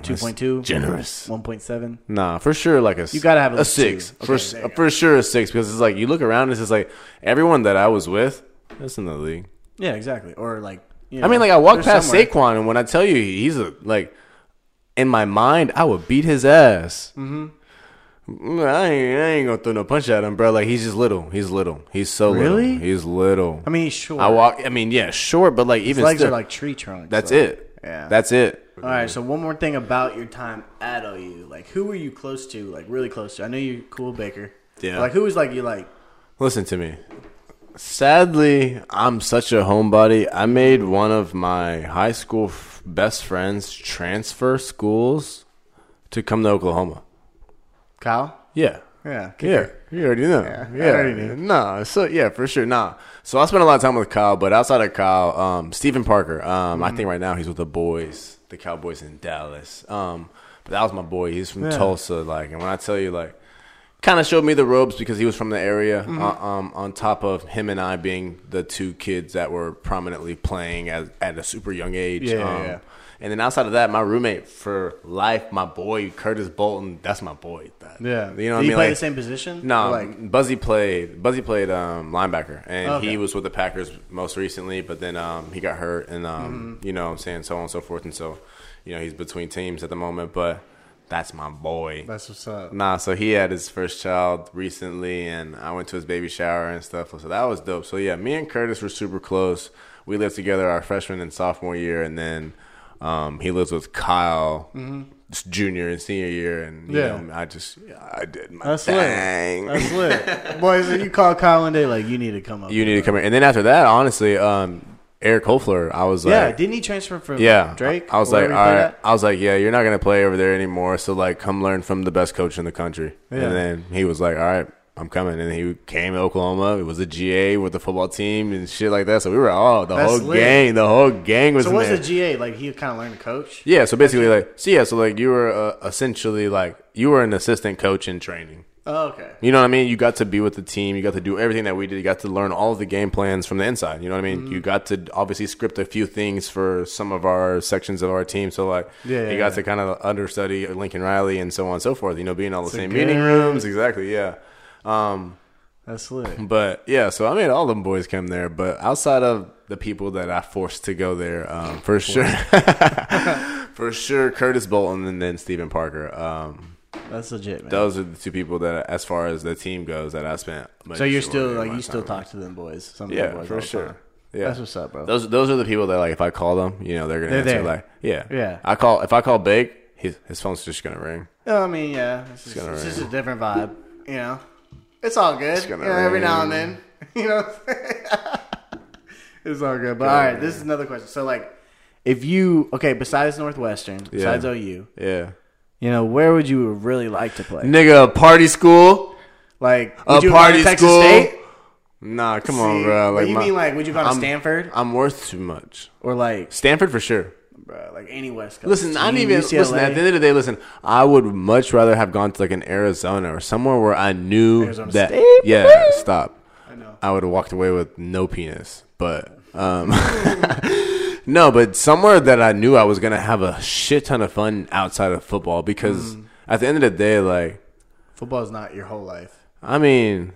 Speaker 1: two point two,
Speaker 2: generous.
Speaker 1: one point seven.
Speaker 2: Nah, for sure, like a s-
Speaker 1: You gotta have at
Speaker 2: a
Speaker 1: least
Speaker 2: six
Speaker 1: two. Okay,
Speaker 2: for
Speaker 1: there you
Speaker 2: s- for sure a six because it's like you look around and it's just like everyone that I was with that's in the league.
Speaker 1: Yeah, exactly. Or like, you
Speaker 2: I mean,
Speaker 1: know,
Speaker 2: like I walked
Speaker 1: they're
Speaker 2: past
Speaker 1: somewhere.
Speaker 2: Saquon and when I tell you he's a like in my mind I would beat his ass.
Speaker 1: Mm-hmm.
Speaker 2: Mm, I ain't, I ain't gonna throw no punch at him, bro. Like he's just little. He's little. He's so
Speaker 1: Really?
Speaker 2: little. He's little.
Speaker 1: I mean, he's short.
Speaker 2: I walk. I mean, yeah, sure, but like
Speaker 1: His
Speaker 2: even
Speaker 1: legs
Speaker 2: still,
Speaker 1: are like tree trunks.
Speaker 2: that's
Speaker 1: so-
Speaker 2: it.
Speaker 1: Yeah.
Speaker 2: that's it.
Speaker 1: All right. So one more thing about your time at OU. Like, who were you close to? Like, really close to? I know you, Cool Baker.
Speaker 2: Yeah.
Speaker 1: Like, who was like you? Like,
Speaker 2: Listen to me. Sadly, I'm such a homebody. I made one of my high school f- best friends transfer schools to come to Oklahoma.
Speaker 1: Kyle.
Speaker 2: Yeah.
Speaker 1: Yeah.
Speaker 2: Yeah, you already know. Yeah,
Speaker 1: I already knew.
Speaker 2: Nah, so yeah, for sure. Nah, so I spent a lot of time with Kyle, but outside of Kyle, um, Stephen Parker. Um, I
Speaker 1: Mm-hmm.
Speaker 2: think right now he's with the boys, the Cowboys in Dallas. Um, but that was my boy. He's from Tulsa, like, and when I tell you, like, kind of showed me the ropes because he was from the area.
Speaker 1: Mm-hmm.
Speaker 2: Uh, um, on top of him and I being the two kids that were prominently playing as, at a super young age.
Speaker 1: Yeah, yeah,
Speaker 2: um,
Speaker 1: yeah.
Speaker 2: And then outside of that, my roommate for life, my boy Curtis Bolton. That's my boy. That-
Speaker 1: Yeah.
Speaker 2: you know what
Speaker 1: Did
Speaker 2: I mean.
Speaker 1: you play
Speaker 2: Like-
Speaker 1: the same position?
Speaker 2: no,
Speaker 1: Or, Like,
Speaker 2: Buzzy played. Buzzy played um, linebacker, and
Speaker 1: Okay.
Speaker 2: he was with the Packers most recently. But then um, he got hurt, and um,
Speaker 1: Mm-hmm.
Speaker 2: you know, what I'm saying so on and so forth, and so you know, he's between teams at the moment. But that's my boy.
Speaker 1: that's what's up.
Speaker 2: Nah, so he had his first child recently, and I went to his baby shower and stuff. So that was dope. So yeah, me and Curtis were super close. We lived together our freshman and sophomore year, and then um, he lives with Kyle s- junior and senior year. And you
Speaker 1: Mm-hmm. Yeah.
Speaker 2: know, I just I did my
Speaker 1: That's
Speaker 2: thing.
Speaker 1: lit. That's lit. Boy, so you call Kyle one day, like, you need to come up.
Speaker 2: You need to come here. And then after that, honestly, um, Eric Hofler, I was
Speaker 1: yeah,
Speaker 2: like,
Speaker 1: didn't he transfer from
Speaker 2: yeah,
Speaker 1: Drake?
Speaker 2: I was
Speaker 1: or
Speaker 2: like, all
Speaker 1: wherever he played
Speaker 2: right.
Speaker 1: at?
Speaker 2: I was like, yeah, you're not gonna play over there anymore. So like, come learn from the best coach in the country.
Speaker 1: Yeah.
Speaker 2: And then he was like, all right, I'm coming. And he came to Oklahoma. It was a GA with the football team and shit like that. So we were all the
Speaker 1: That's
Speaker 2: whole
Speaker 1: lit.
Speaker 2: gang. The whole gang was
Speaker 1: So
Speaker 2: in
Speaker 1: what's
Speaker 2: there.
Speaker 1: the GA? Like, he kind of learned to coach?
Speaker 2: yeah. So basically, like, so yeah. So like, you were uh, essentially like you were an assistant coach in training.
Speaker 1: Oh, okay.
Speaker 2: You know what I mean? You got to be with the team. You got to do everything that we did. You got to learn all of the game plans from the inside. You know what I mean?
Speaker 1: Mm-hmm.
Speaker 2: You got to obviously script a few things for some of our sections of our team. So like,
Speaker 1: Yeah, yeah,
Speaker 2: you got
Speaker 1: yeah.
Speaker 2: to kind of understudy Lincoln Riley and so on and so forth. You know, being all the same
Speaker 1: good-
Speaker 2: meeting rooms. Exactly. Yeah. Um,
Speaker 1: That's lit.
Speaker 2: but yeah, so I made all them boys come there. But outside of the people that I forced to go there, um, for sure, for sure, Curtis Bolton and then Stephen Parker. Um,
Speaker 1: That's legit, man.
Speaker 2: those are the two people that, as far as the team goes, that I spent.
Speaker 1: so you're still,
Speaker 2: majority of
Speaker 1: like,
Speaker 2: my
Speaker 1: you still
Speaker 2: time
Speaker 1: talk to them boys. Some of
Speaker 2: with.
Speaker 1: them
Speaker 2: Yeah,
Speaker 1: boys all
Speaker 2: for
Speaker 1: the
Speaker 2: sure.
Speaker 1: time.
Speaker 2: Yeah,
Speaker 1: That's what's up, bro.
Speaker 2: Those those are the people that like if I call them, you know, they're gonna
Speaker 1: They're there.
Speaker 2: answer like, yeah,
Speaker 1: Yeah.
Speaker 2: I call if I call Bake, his his phone's just gonna ring.
Speaker 1: No, I mean, yeah, it's just,
Speaker 2: gonna
Speaker 1: it's just a different vibe, you know. It's all good, you
Speaker 2: gonna
Speaker 1: know, every now and
Speaker 2: rain.
Speaker 1: then, you know. what I'm saying? it's all good, but all right, this is another question. So, like, if you okay, besides Northwestern, besides OU,
Speaker 2: Yeah,
Speaker 1: you know, where would you really like to play?
Speaker 2: nigga, a party school,
Speaker 1: Like,
Speaker 2: a
Speaker 1: would you go
Speaker 2: party
Speaker 1: to Texas
Speaker 2: school.
Speaker 1: State?
Speaker 2: Nah, come
Speaker 1: See,
Speaker 2: on, bro.
Speaker 1: but you
Speaker 2: my-
Speaker 1: mean like, would you go to
Speaker 2: I'm-
Speaker 1: Stanford
Speaker 2: I'm worth too much.
Speaker 1: or like,
Speaker 2: Stanford for sure.
Speaker 1: bro, like any West Coast?
Speaker 2: Listen, I
Speaker 1: team,
Speaker 2: didn't even
Speaker 1: UCLA?
Speaker 2: listen. At the end of the day, listen. I would much rather have gone to like an Arizona or somewhere where I knew
Speaker 1: Arizona
Speaker 2: that.
Speaker 1: State?
Speaker 2: Yeah, stop.
Speaker 1: I know.
Speaker 2: I would have walked away with no penis, but um, no, but somewhere that I knew I was gonna have a shit ton of
Speaker 1: Mm.
Speaker 2: fun outside of football because at the end of the day, like
Speaker 1: Football is not your whole life.
Speaker 2: I mean,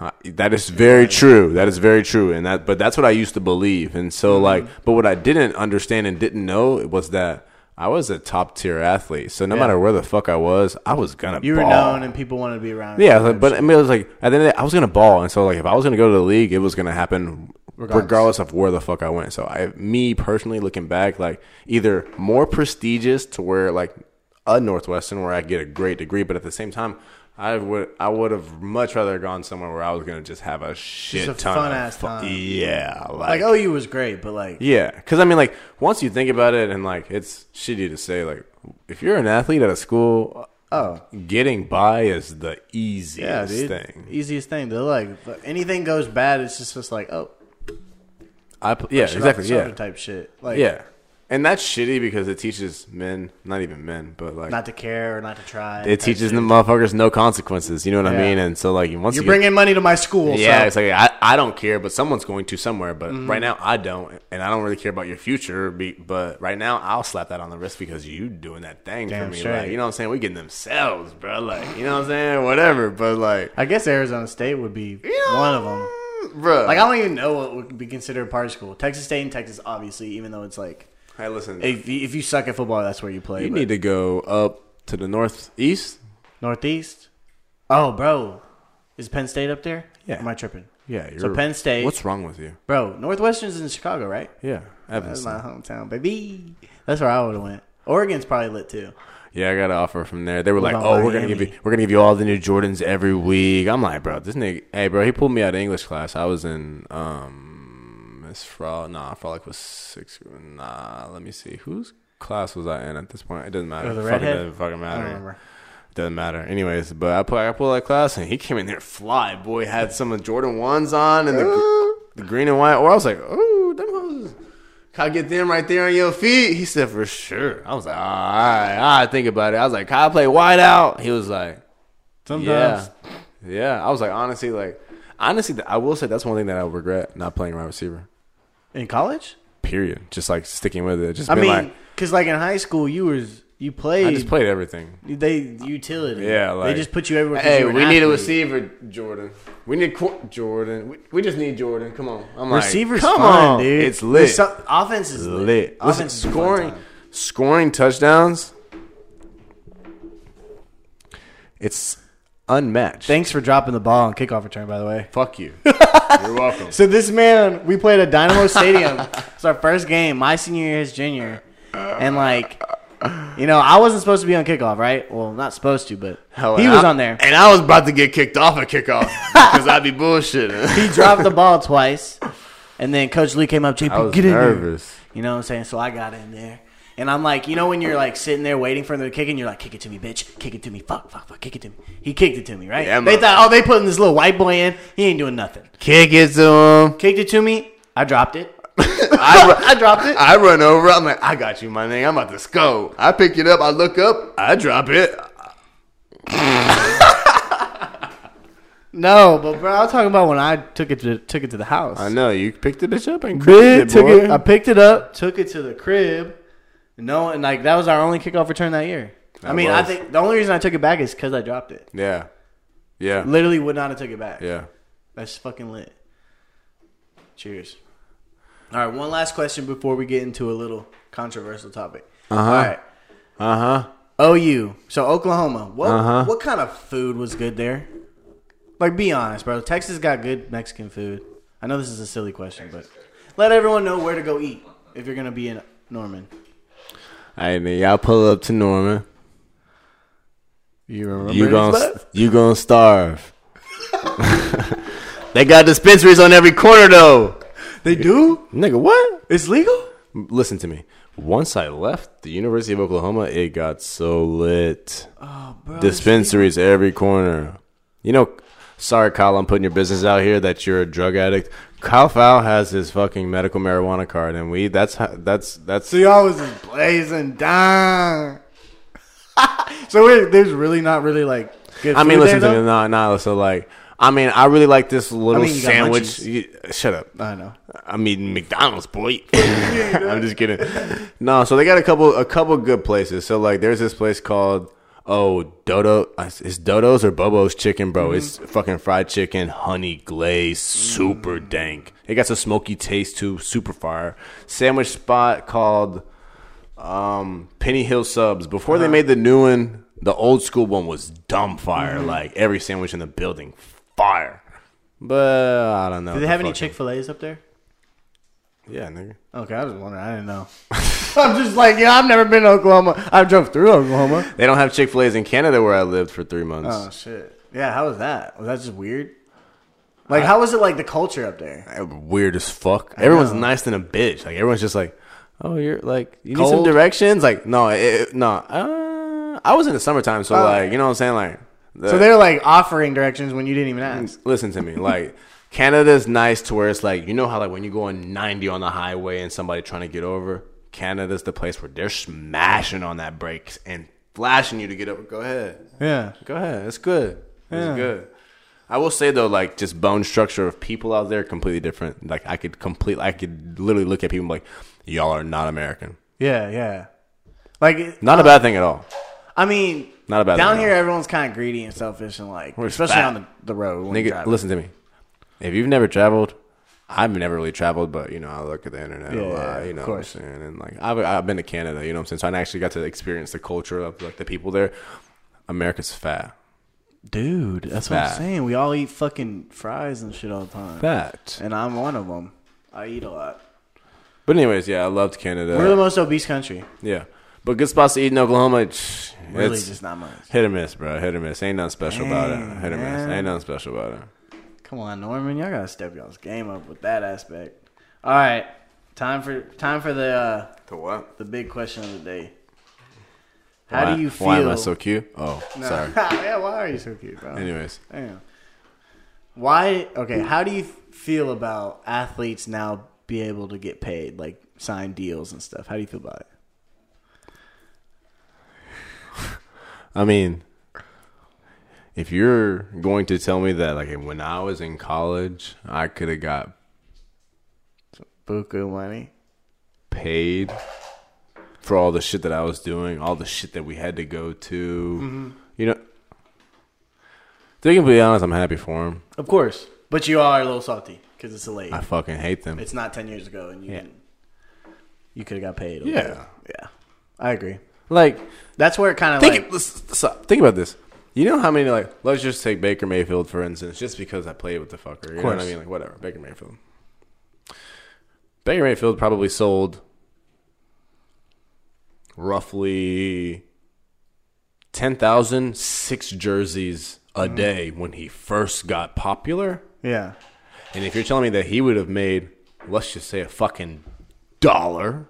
Speaker 2: I- that is very true. That is very true, and that but that's what I used to believe. And so
Speaker 1: Mm-hmm.
Speaker 2: like, but what I didn't understand and didn't know was that I was a top tier athlete. So no matter where the fuck I was, I was gonna.
Speaker 1: You were
Speaker 2: ball.
Speaker 1: known and people wanted to be around.
Speaker 2: Yeah,
Speaker 1: you.
Speaker 2: like, but I mean, it was like at the end of the day, I was gonna ball, and so like if I was gonna go to the league, it was gonna happen regardless, of where the fuck I went. So I, me personally, looking back, like either more prestigious to where like a Northwestern where I get a great degree, but at the same time, I would I would have much rather gone somewhere where I was gonna just have a shit
Speaker 1: a
Speaker 2: ton of
Speaker 1: fun-ass
Speaker 2: fu-
Speaker 1: time.
Speaker 2: Yeah,
Speaker 1: like OU was great, but like
Speaker 2: yeah, because I mean, like once you think about it, and like it's shitty to say, like if you're an athlete at a school, uh,
Speaker 1: Oh.
Speaker 2: getting by is the
Speaker 1: yeah,
Speaker 2: easiest
Speaker 1: dude,
Speaker 2: thing.
Speaker 1: easiest thing. They're like if anything goes bad, it's just just like oh
Speaker 2: I p- yeah,
Speaker 1: shit
Speaker 2: exactly,
Speaker 1: off the shoulder
Speaker 2: yeah,
Speaker 1: type shit. Like
Speaker 2: yeah, and that's shitty because it teaches men, not even men, but like
Speaker 1: not to care or not to try. type
Speaker 2: it teaches
Speaker 1: shit.
Speaker 2: the motherfuckers no consequences. You know what I
Speaker 1: Yeah.
Speaker 2: mean? And so like once
Speaker 1: You're
Speaker 2: you get-
Speaker 1: bringing money to my school.
Speaker 2: Yeah,
Speaker 1: so-
Speaker 2: it's like I, I don't care, but someone's going to somewhere. But right now I don't, and I don't really care about your future. Be, but right now I'll slap that on the wrist because you doing that thing
Speaker 1: Damn
Speaker 2: for me.
Speaker 1: straight.
Speaker 2: Like you know what I'm saying? We getting themselves, bro. Like you know what I'm saying? Whatever. But like mm,
Speaker 1: I guess Arizona State would be
Speaker 2: you know,
Speaker 1: one of them.
Speaker 2: bro.
Speaker 1: Like I don't even know what would be considered a party school. Texas State and Texas, obviously, even though it's like
Speaker 2: hey, listen,
Speaker 1: if you, if you suck at football, that's where you play.
Speaker 2: you
Speaker 1: but-
Speaker 2: need to go up to the northeast.
Speaker 1: Northeast. Oh, bro, is Penn State up there?
Speaker 2: Yeah.
Speaker 1: Or Am I tripping?
Speaker 2: Yeah,
Speaker 1: So Penn State.
Speaker 2: What's wrong with you?
Speaker 1: Bro, Northwestern's in Chicago, right?
Speaker 2: Yeah,
Speaker 1: That's
Speaker 2: Evanston.
Speaker 1: my hometown, baby. That's where I would have went. Oregon's probably lit too.
Speaker 2: Yeah, I got an offer from there. They were like,
Speaker 1: about
Speaker 2: "Oh, we're gonna
Speaker 1: Miami?
Speaker 2: give you, we're gonna give you all the new Jordans every week." I'm like, "Bro, this nigga, hey, bro, he pulled me out of English class. I was in um, Miss Frolic, nah, Frolic was six. Nah, let me see, whose class was I in at this point? It doesn't matter.
Speaker 1: Oh, the
Speaker 2: Fucking
Speaker 1: redhead?
Speaker 2: doesn't fucking
Speaker 1: I don't
Speaker 2: matter.
Speaker 1: remember.
Speaker 2: Doesn't matter. Anyways, but I put I pulled that class and he came in there fly. Boy had some of Jordan ones on and the, gr- the green and white. Or I was like, oh, them hoes. Kyle, get them right there on your feet. He said, for sure. I was like, all right, all right, think about it. I was like, Kyle play wide out. He was like,
Speaker 1: Sometimes.
Speaker 2: yeah. Yeah. I was like, honestly, like, honestly, th- I will say that's one thing that I regret not playing wide receiver.
Speaker 1: In college?
Speaker 2: Period. Just like sticking with it. Just
Speaker 1: I
Speaker 2: being
Speaker 1: mean,
Speaker 2: like,
Speaker 1: because like in high school, you was you played.
Speaker 2: I just played everything.
Speaker 1: They utility.
Speaker 2: Yeah, like-
Speaker 1: they just put you everywhere. 'cause
Speaker 2: Hey,
Speaker 1: you were an
Speaker 2: we need a
Speaker 1: athlete.
Speaker 2: receiver, Jordan. We need qu- Jordan. We, we just need Jordan. Come on. I'm like,
Speaker 1: Receivers,
Speaker 2: come
Speaker 1: fun,
Speaker 2: on,
Speaker 1: dude.
Speaker 2: It's lit.
Speaker 1: There's some- offense is lit.
Speaker 2: lit. Listen,
Speaker 1: Offense is scoring.
Speaker 2: scoring, scoring touchdowns. It's unmatched.
Speaker 1: Thanks for dropping the ball on kickoff return, by the way.
Speaker 2: Fuck you. You're welcome.
Speaker 1: So this man, we played at Dynamo Stadium. it's our first game, my senior year, his junior, and like, you know, I wasn't supposed to be on kickoff, right? Well, not supposed to, but
Speaker 2: Hell,
Speaker 1: he
Speaker 2: and
Speaker 1: was
Speaker 2: I-
Speaker 1: on there.
Speaker 2: and I was about to get kicked off at kickoff because I'd be bullshitting.
Speaker 1: He dropped the ball twice, and then Coach Lee came up, JP,
Speaker 2: I was
Speaker 1: get in there.
Speaker 2: nervous.
Speaker 1: You know what I'm saying? So I got in there. And I'm like, you know, when you're like sitting there waiting for them to kick, and you're like, kick it to me, bitch, kick it to me, fuck, fuck, fuck, kick it to me. He kicked it to me, right?
Speaker 2: Yeah,
Speaker 1: they
Speaker 2: motherfucker.
Speaker 1: thought, oh, they putting this little white boy in. He ain't doing nothing.
Speaker 2: Kick it to him.
Speaker 1: Kicked it to me. I dropped it.
Speaker 2: I, ru-
Speaker 1: I dropped it.
Speaker 2: I run over. I'm like, I got you, my nigga. I'm about to score. I pick it up. I look up. I drop it.
Speaker 1: No, but bro, I'm talking about when I took it to took it to the house.
Speaker 2: I know you picked the bitch up and
Speaker 1: Bitch,
Speaker 2: cooked it,
Speaker 1: took
Speaker 2: boy.
Speaker 1: it. I picked it up, took it to the crib. No, and like that was our only kickoff return that year. I
Speaker 2: That
Speaker 1: mean, I
Speaker 2: was.
Speaker 1: think the only reason I took it back is because I dropped it.
Speaker 2: yeah, yeah,
Speaker 1: Literally, would not have took it back.
Speaker 2: yeah.
Speaker 1: That's fucking lit. Cheers. All right, one last question before we get into a little controversial topic.
Speaker 2: Uh-huh.
Speaker 1: All right,
Speaker 2: Uh
Speaker 1: Uh-huh.
Speaker 2: huh.
Speaker 1: OU. So Oklahoma. What
Speaker 2: Uh-huh.
Speaker 1: what kind of food was good there? Like, be honest, bro. Texas got good Mexican food. I know this is a silly question, but let everyone know where to go eat if you're gonna be in Norman.
Speaker 2: Hey man, y'all pull up to Norman.
Speaker 1: You remember?
Speaker 2: You gonna
Speaker 1: But
Speaker 2: you gonna starve. they got dispensaries on every corner though.
Speaker 1: they do.
Speaker 2: Nigga, what?
Speaker 1: It's legal.
Speaker 2: Listen to me. Once I left the University of Oklahoma, it got so lit.
Speaker 1: Oh, bro.
Speaker 2: Dispensaries every corner. You know, sorry, Kyle, I'm putting your business out here that you're a drug addict. Kyle Fowl has his fucking medical marijuana card, and we that's how, that's that's
Speaker 1: So y'all was just blazing down. so wait, there's really not really like. Good
Speaker 2: I mean,
Speaker 1: food
Speaker 2: listen
Speaker 1: there,
Speaker 2: to me.
Speaker 1: though?
Speaker 2: No, no. So like, I mean, I really like this little
Speaker 1: mean, you got
Speaker 2: sandwich.
Speaker 1: munchies.
Speaker 2: You- shut up.
Speaker 1: I know.
Speaker 2: I'm eating McDonald's, boy. I'm just kidding. No, so they got a couple, a couple good places. So like, there's this place called oh dodo it's dodos or bobo's chicken bro
Speaker 1: Mm-hmm.
Speaker 2: it's fucking fried chicken honey glaze super
Speaker 1: Mm.
Speaker 2: dank it got a smoky taste too super fire sandwich spot called um penny hill subs before
Speaker 1: Uh-huh.
Speaker 2: they made the new one the old school one was dumb fire
Speaker 1: Mm-hmm.
Speaker 2: like every sandwich in the building fire but i don't know
Speaker 1: Do they have any Chick Fil A's up there?
Speaker 2: yeah nigga
Speaker 1: Okay, I was wondering. I didn't know. I'm just like, yeah, I've never been to Oklahoma. I've drove through Oklahoma.
Speaker 2: they don't have chick-fil-a's in canada where i lived for three months
Speaker 1: Oh shit! Yeah, how was that? Was that just weird? Like, how was it? Like the culture up there?
Speaker 2: Uh, weird as fuck. Everyone's
Speaker 1: know.
Speaker 2: nice than a bitch. Like everyone's just like, oh, you're like, you need some
Speaker 1: Cold?
Speaker 2: directions. Like no, it, it- no. Uh, I was in the summertime, so like, you know what I'm saying. Like, the-
Speaker 1: So they're like offering directions when you didn't even ask.
Speaker 2: listen to me. Like Canada's nice to where it's like, you know how like when you go on 90 on the highway and somebody trying to get over, Canada's the place where they're smashing on that brakes and flashing you to get over. Go ahead.
Speaker 1: Yeah.
Speaker 2: Go ahead. It's good. It's good. I will say though, like just bone structure of people out there completely different. Like I could complete, I could literally look at people and be like, y'all are not American.
Speaker 1: Yeah, yeah. Like,
Speaker 2: Not a bad thing at all.
Speaker 1: I mean,
Speaker 2: Not a bad
Speaker 1: down
Speaker 2: thing,
Speaker 1: here, everyone's kind of greedy and selfish, and like,
Speaker 2: We're
Speaker 1: especially
Speaker 2: fat.
Speaker 1: on the, the road. When you
Speaker 2: Nigga,
Speaker 1: drive.
Speaker 2: listen to me. If you've never traveled, I've never really traveled, but you know I look at the internet
Speaker 1: Yeah,
Speaker 2: a lot.
Speaker 1: yeah,
Speaker 2: you
Speaker 1: of
Speaker 2: know,
Speaker 1: course.
Speaker 2: What I'm saying? and like I've I've been to Canada. You know what I'm saying? So I actually got to experience the culture of like the people there. America's fat.
Speaker 1: dude, that's what I'm
Speaker 2: Fat.
Speaker 1: saying. We all eat fucking fries and shit all the time,
Speaker 2: Fat.
Speaker 1: and I'm one of them. I eat a lot.
Speaker 2: But anyways, yeah, I loved Canada.
Speaker 1: We're the most obese country.
Speaker 2: Yeah, but good spots to eat in Oklahoma. It's,
Speaker 1: Really,
Speaker 2: it's-
Speaker 1: just not much.
Speaker 2: Hit or miss, bro. Hit or miss. Ain't nothing special about
Speaker 1: Dang,
Speaker 2: it. Hit or miss.
Speaker 1: man.
Speaker 2: Ain't nothing special about it.
Speaker 1: Come on, Norman, y'all gotta step y'all's game up with that aspect. All right, time for time for the uh,
Speaker 2: To what?
Speaker 1: the big question of the day. How
Speaker 2: why,
Speaker 1: do you feel?
Speaker 2: Why am I so cute? Oh,
Speaker 1: No.
Speaker 2: sorry.
Speaker 1: yeah, why are you so cute, bro?
Speaker 2: Anyways,
Speaker 1: Damn. Why? Okay. How do you feel about athletes now be able to get paid, like sign deals and stuff? How do you feel about it?
Speaker 2: I mean, if you're going to tell me that, like, when I was in college, I could have got
Speaker 1: Buku money.
Speaker 2: paid for all the shit that I was doing, all the shit that we had to go to,
Speaker 1: Mm-hmm.
Speaker 2: you know. To be completely honest, I'm happy for him.
Speaker 1: Of course, but you are a little salty because it's a late.
Speaker 2: I fucking hate them.
Speaker 1: It's not ten years ago, and you
Speaker 2: Yeah.
Speaker 1: didn't, you could have got paid. a
Speaker 2: Yeah.
Speaker 1: little. yeah. I agree.
Speaker 2: Like,
Speaker 1: That's where it kind of
Speaker 2: Think,
Speaker 1: like
Speaker 2: it- let's- let's- think about this. You know how many like let's just take Baker Mayfield for instance, just because I played with the fucker. You know what I
Speaker 1: course.
Speaker 2: mean? Like whatever, Baker Mayfield. Baker Mayfield probably sold roughly 10,000 six jerseys a
Speaker 1: Mm.
Speaker 2: day when he first got popular.
Speaker 1: yeah.
Speaker 2: And if you're telling me that he would have made, let's just say a fucking dollar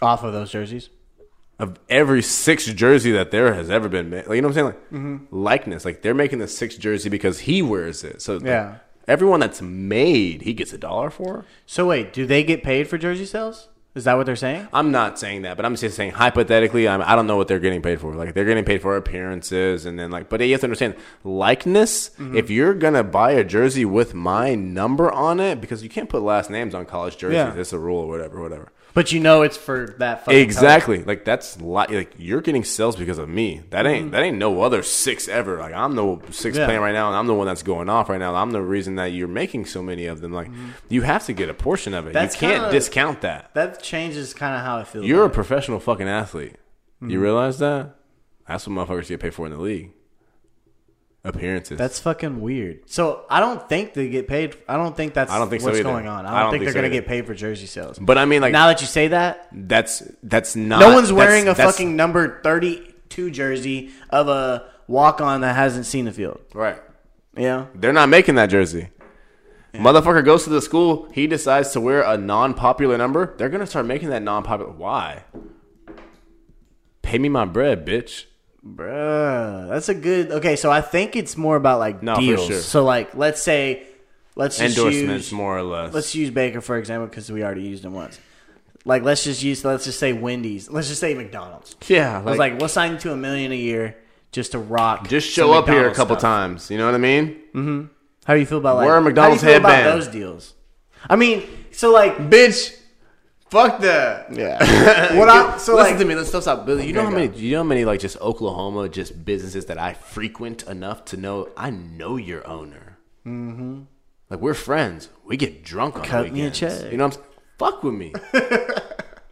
Speaker 1: Off of those jerseys.
Speaker 2: of every six jersey that there has ever been made. Like, you know what I'm saying? Like
Speaker 1: Mm-hmm.
Speaker 2: likeness. Like they're making the six jersey because he wears it. So like,
Speaker 1: Yeah.
Speaker 2: everyone that's made, he gets a dollar for.
Speaker 1: So wait, do they get paid for jersey sales? Is that what they're saying?
Speaker 2: I'm not saying that, but I'm just saying hypothetically, I'm, I don't know what they're getting paid for. Like they're getting paid for appearances, and then like, but you have to understand likeness.
Speaker 1: Mm-hmm.
Speaker 2: If you're gonna buy a jersey with my number on it, because you can't put last names on college jerseys,
Speaker 1: Yeah.
Speaker 2: it's a rule or whatever, whatever.
Speaker 1: But you know it's for that fucking
Speaker 2: Exactly. Like that's li- like you're getting sales because of me. That ain't that ain't no other six ever. Like I'm the six
Speaker 1: Mm-hmm. Yeah.
Speaker 2: playing right now, and I'm the one that's going off right now. I'm the reason that you're making so many of them. Like you have to get a portion of it.
Speaker 1: Mm-hmm. That's
Speaker 2: you can't
Speaker 1: kinda-
Speaker 2: discount that.
Speaker 1: That changes kind of how I feel.
Speaker 2: You're a
Speaker 1: about it.
Speaker 2: professional fucking athlete.
Speaker 1: Mm-hmm.
Speaker 2: You realize that? That's what motherfuckers get paid for in the league. Appearances.
Speaker 1: That's fucking weird. So I don't think they get paid. I don't think that's. I don't think
Speaker 2: so
Speaker 1: what's
Speaker 2: either.
Speaker 1: going on. I don't,
Speaker 2: I don't
Speaker 1: think,
Speaker 2: think
Speaker 1: they're
Speaker 2: so
Speaker 1: gonna
Speaker 2: either.
Speaker 1: get paid for jersey sales.
Speaker 2: but I mean, like
Speaker 1: now that you say that,
Speaker 2: that's that's not.
Speaker 1: no one's
Speaker 2: that's-
Speaker 1: wearing a
Speaker 2: that's-
Speaker 1: fucking number thirty-two jersey of a walk-on that hasn't seen the field.
Speaker 2: right.
Speaker 1: Yeah.
Speaker 2: They're not making that jersey. Motherfucker goes to the school. He decides to wear a non-popular number. They're gonna start making that non-popular. Why? Pay me my bread, bitch.
Speaker 1: Bruh, that's a good. Okay, so I think it's more about like
Speaker 2: No, for
Speaker 1: deals.
Speaker 2: sure.
Speaker 1: So like, let's say, let's just
Speaker 2: Endorsements,
Speaker 1: use,
Speaker 2: more or less.
Speaker 1: Let's use Baker for example because we already used him once. Like, let's just use. Let's just say Wendy's. Let's just say McDonald's.
Speaker 2: yeah,
Speaker 1: I was
Speaker 2: like,
Speaker 1: like, we'll sign you to a million a year just to rock.
Speaker 2: just
Speaker 1: some
Speaker 2: show up here a
Speaker 1: McDonald's
Speaker 2: couple
Speaker 1: stuff.
Speaker 2: times. You know what I mean?
Speaker 1: How do you feel about like
Speaker 2: Wear
Speaker 1: how
Speaker 2: a
Speaker 1: do you
Speaker 2: McDonald's
Speaker 1: feel about
Speaker 2: headband.
Speaker 1: those deals? I mean, so like
Speaker 2: Bitch, Fuck that.
Speaker 1: Yeah. what I so
Speaker 2: listen
Speaker 1: like
Speaker 2: to me. Let's stop. stop. Billy, you know
Speaker 1: Okay,
Speaker 2: how
Speaker 1: go.
Speaker 2: many? You know how many like just Oklahoma just businesses that I frequent enough to know I know your owner. Mm-hmm. Like we're friends. We get drunk on
Speaker 1: Cut me a
Speaker 2: weekends.
Speaker 1: check.
Speaker 2: You know what I'm saying? Fuck with me.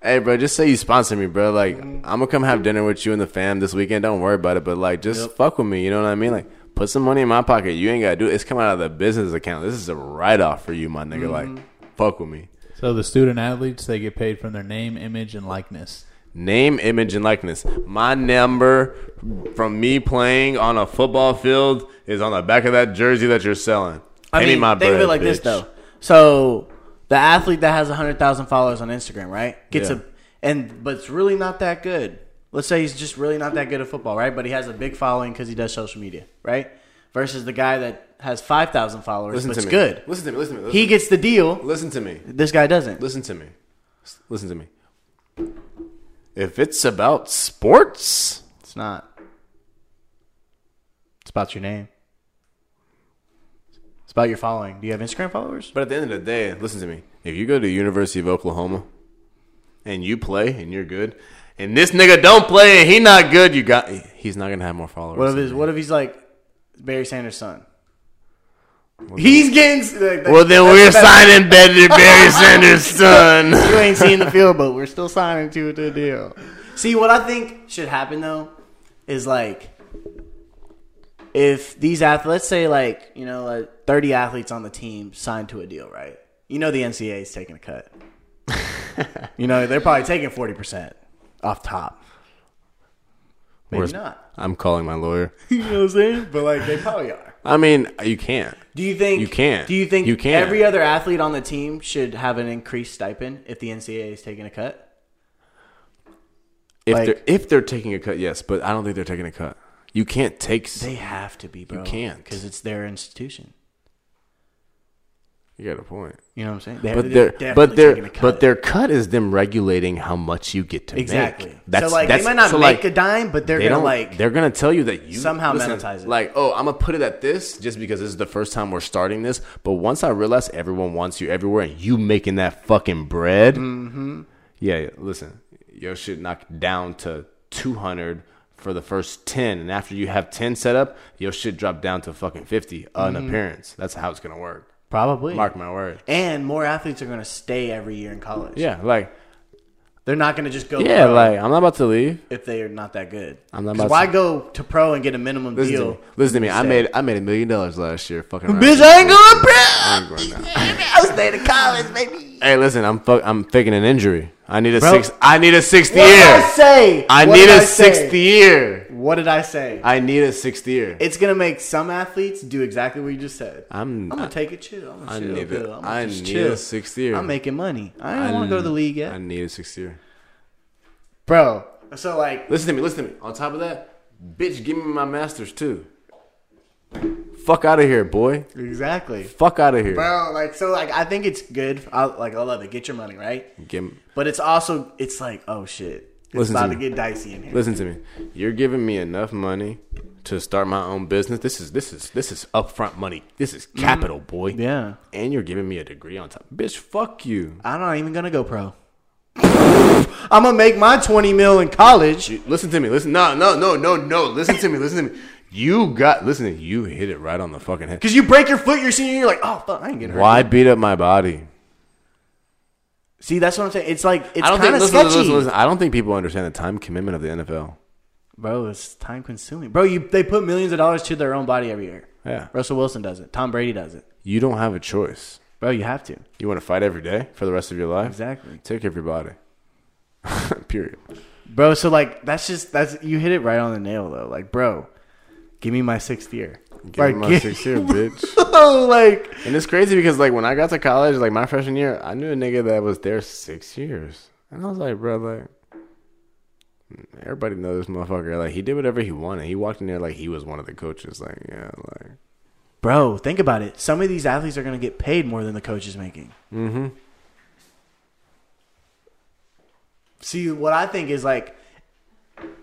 Speaker 2: hey, bro. Just say you sponsor me, bro. Like I'm
Speaker 1: Mm-hmm.
Speaker 2: gonna come have dinner with you and the fam this weekend. Don't worry about it. But like, just fuck with me. You know what I mean? Like. Put some money in my pocket. You ain't gotta do it. It's coming out of the business account. This is a write off for you, my nigga.
Speaker 1: Mm-hmm.
Speaker 2: Like, fuck with me.
Speaker 3: So the student athletes they get paid from their name, image, and likeness.
Speaker 2: Name, image, and likeness. My number from me playing on a football field is on the back of that jersey that you're selling.
Speaker 1: I
Speaker 2: Pay
Speaker 1: mean,
Speaker 2: me my
Speaker 1: think of
Speaker 2: bread,
Speaker 1: it like this
Speaker 2: bitch.
Speaker 1: though. So the athlete that has hundred thousand followers on Instagram, right, gets
Speaker 2: Yeah.
Speaker 1: a and but it's really not that good. Let's say he's just really not that good at football, right? But he has a big following because he does social media, right? Versus the guy that has five thousand followers,
Speaker 2: Listen
Speaker 1: but
Speaker 2: to
Speaker 1: it's
Speaker 2: me.
Speaker 1: good.
Speaker 2: Listen to me. Listen to me.
Speaker 1: He
Speaker 2: Listen,
Speaker 1: gets the deal.
Speaker 2: listen to me.
Speaker 1: This guy doesn't.
Speaker 2: Listen to me. S- Listen to me. If it's about sports,
Speaker 1: It's not. It's about your name. It's about your following. Do you have Instagram followers?
Speaker 2: but at the end of the day, listen to me. If you go to University of Oklahoma and you play and you're good, and this nigga don't play and he not good, you got he's not gonna have more followers.
Speaker 1: What if
Speaker 2: than
Speaker 1: his,
Speaker 2: me.
Speaker 1: what if he's like Barry Sanders' son? He's getting. like,
Speaker 2: Well, then
Speaker 1: that's
Speaker 2: we're
Speaker 1: better.
Speaker 2: signing Betty Barry Sanders' son.
Speaker 1: You ain't seen the field, but we're still signing to the deal. See, what I think should happen though is like if these athletes, let's say like you know, like thirty athletes on the team signed to a deal, right? You know, the NCAA is taking a cut. you know, they're probably taking forty percent off top. Maybe
Speaker 2: Where's-
Speaker 1: not.
Speaker 2: I'm calling my lawyer.
Speaker 1: You know what I'm saying? But like, they probably are.
Speaker 2: I mean, you can't.
Speaker 1: Do you think
Speaker 2: You can't.
Speaker 1: Do you think
Speaker 2: You can't.
Speaker 1: every other athlete on the team should have an increased stipend if the NCAA is taking a cut?
Speaker 2: If
Speaker 1: Like-
Speaker 2: they're if they're taking a cut, yes, but I don't think they're taking a cut. You can't take. s-
Speaker 1: They have to be, bro.
Speaker 2: can't.
Speaker 1: because it's their institution.
Speaker 2: you got a point.
Speaker 1: You know what I'm saying? They
Speaker 2: But their but
Speaker 1: they're
Speaker 2: their but their cut is them regulating how much you get to
Speaker 1: exactly.
Speaker 2: make. That's
Speaker 1: so like
Speaker 2: that's,
Speaker 1: they might not
Speaker 2: so,
Speaker 1: make
Speaker 2: like,
Speaker 1: a dime, but they're
Speaker 2: They
Speaker 1: gonna
Speaker 2: don't
Speaker 1: like.
Speaker 2: like. They're gonna tell you that you
Speaker 1: Somehow monetize it.
Speaker 2: Like, oh, I'm gonna put it at this just because this is the first time we're starting this. But once I realize everyone wants you everywhere and you making that fucking bread,
Speaker 1: Mm-hmm.
Speaker 2: yeah, yeah, listen, your shit knock down to 200 for the first 10, and after you have 10 set up, your shit drop down to fucking 50 on
Speaker 1: Mm-hmm.
Speaker 2: appearance. That's how it's gonna work.
Speaker 1: Probably.
Speaker 2: Mark my word.
Speaker 1: And more athletes are gonna stay every year in college.
Speaker 2: Yeah, like
Speaker 1: They're not gonna just go.
Speaker 2: yeah,
Speaker 1: pro
Speaker 2: like I'm not about to leave.
Speaker 1: if they are not that good.
Speaker 2: I'm not
Speaker 1: 'Cause
Speaker 2: about to-
Speaker 1: why go to pro and get a minimum
Speaker 2: Listen to
Speaker 1: deal?
Speaker 2: me. Listen to me. I
Speaker 1: Stay.
Speaker 2: made I made a million dollars last year. Fucking around.
Speaker 1: Bitch, I ain't going pro.
Speaker 2: I ain't going now.
Speaker 1: I'll stay to college, baby.
Speaker 2: Hey, listen, I'm fuck, I'm faking an injury. I need a
Speaker 1: Bro.
Speaker 2: six. I need a sixth
Speaker 1: What did I
Speaker 2: year.
Speaker 1: say?
Speaker 2: I
Speaker 1: What
Speaker 2: need
Speaker 1: did
Speaker 2: a
Speaker 1: I say?
Speaker 2: sixth year.
Speaker 1: What did I say?
Speaker 2: I need a sixth year.
Speaker 1: It's gonna make some athletes do exactly what you just said.
Speaker 2: I'm-
Speaker 1: I'm gonna take it chill. I'm
Speaker 2: I
Speaker 1: gonna chill.
Speaker 2: need
Speaker 1: pill.
Speaker 2: it.
Speaker 1: I'm
Speaker 2: I
Speaker 1: gonna just
Speaker 2: need
Speaker 1: chill.
Speaker 2: a sixth year.
Speaker 1: I'm making money. I don't want to go to the league yet,
Speaker 2: I need a sixth year.
Speaker 1: bro. So like,
Speaker 2: Listen to me. Listen to me. On top of that, bitch, give me my masters too. Fuck out of here, boy.
Speaker 1: exactly,
Speaker 2: Fuck out of here.
Speaker 1: bro. Like, so like, I think it's good. I, like, I love it. Get your money right,
Speaker 2: Give-
Speaker 1: but it's also it's like, oh shit, it's
Speaker 2: Listen to
Speaker 1: about to,
Speaker 2: me.
Speaker 1: get dicey in here.
Speaker 2: Listen to me. You're giving me enough money to start my own business. This is this is this is upfront money. This is capital, boy.
Speaker 1: Mm. Yeah,
Speaker 2: And you're giving me a degree on top. Bitch, fuck you.
Speaker 1: I'm not even gonna go pro. I'm gonna make my 20 mil in college.
Speaker 2: Listen to me. Listen. No, no, no, no, no. Listen to me. Listen to me. You got. Listen. to me. You hit it right on the fucking head.
Speaker 1: Cause you break your foot your senior year, you're like, oh fuck, I ain't getting hurt.
Speaker 2: Why beat up my body?
Speaker 1: See, that's what I'm saying. It's like it's
Speaker 2: I don't
Speaker 1: kind
Speaker 2: think.
Speaker 1: of
Speaker 2: Listen,
Speaker 1: sketchy,
Speaker 2: listen, listen, listen. I don't think people understand the time commitment of the NFL.
Speaker 1: bro. It's time consuming, bro. You they put millions of dollars to their own body every year.
Speaker 2: Yeah.
Speaker 1: Russell Wilson does it. Tom Brady does it,
Speaker 2: You don't have a choice.
Speaker 1: bro. You have to
Speaker 2: You want to fight every day for the rest of your life?
Speaker 1: exactly,
Speaker 2: Take care of your body. Period.
Speaker 1: bro. So like that's just that's you hit it right on the nail though. Like, bro, give me my sixth year.
Speaker 2: Give
Speaker 1: Like,
Speaker 2: me my
Speaker 1: give-
Speaker 2: sixth year, bitch.
Speaker 1: like
Speaker 2: And it's crazy because like when I got to college, like my freshman year, I knew a nigga that was there six years, and I was like, bro, like everybody knows this motherfucker. Like he did whatever he wanted. He walked in there like he was one of the coaches. Like yeah, like
Speaker 1: Bro, think about it. Some of these athletes are going to get paid more than the coach is making. Mm-hmm. See, what I think is like,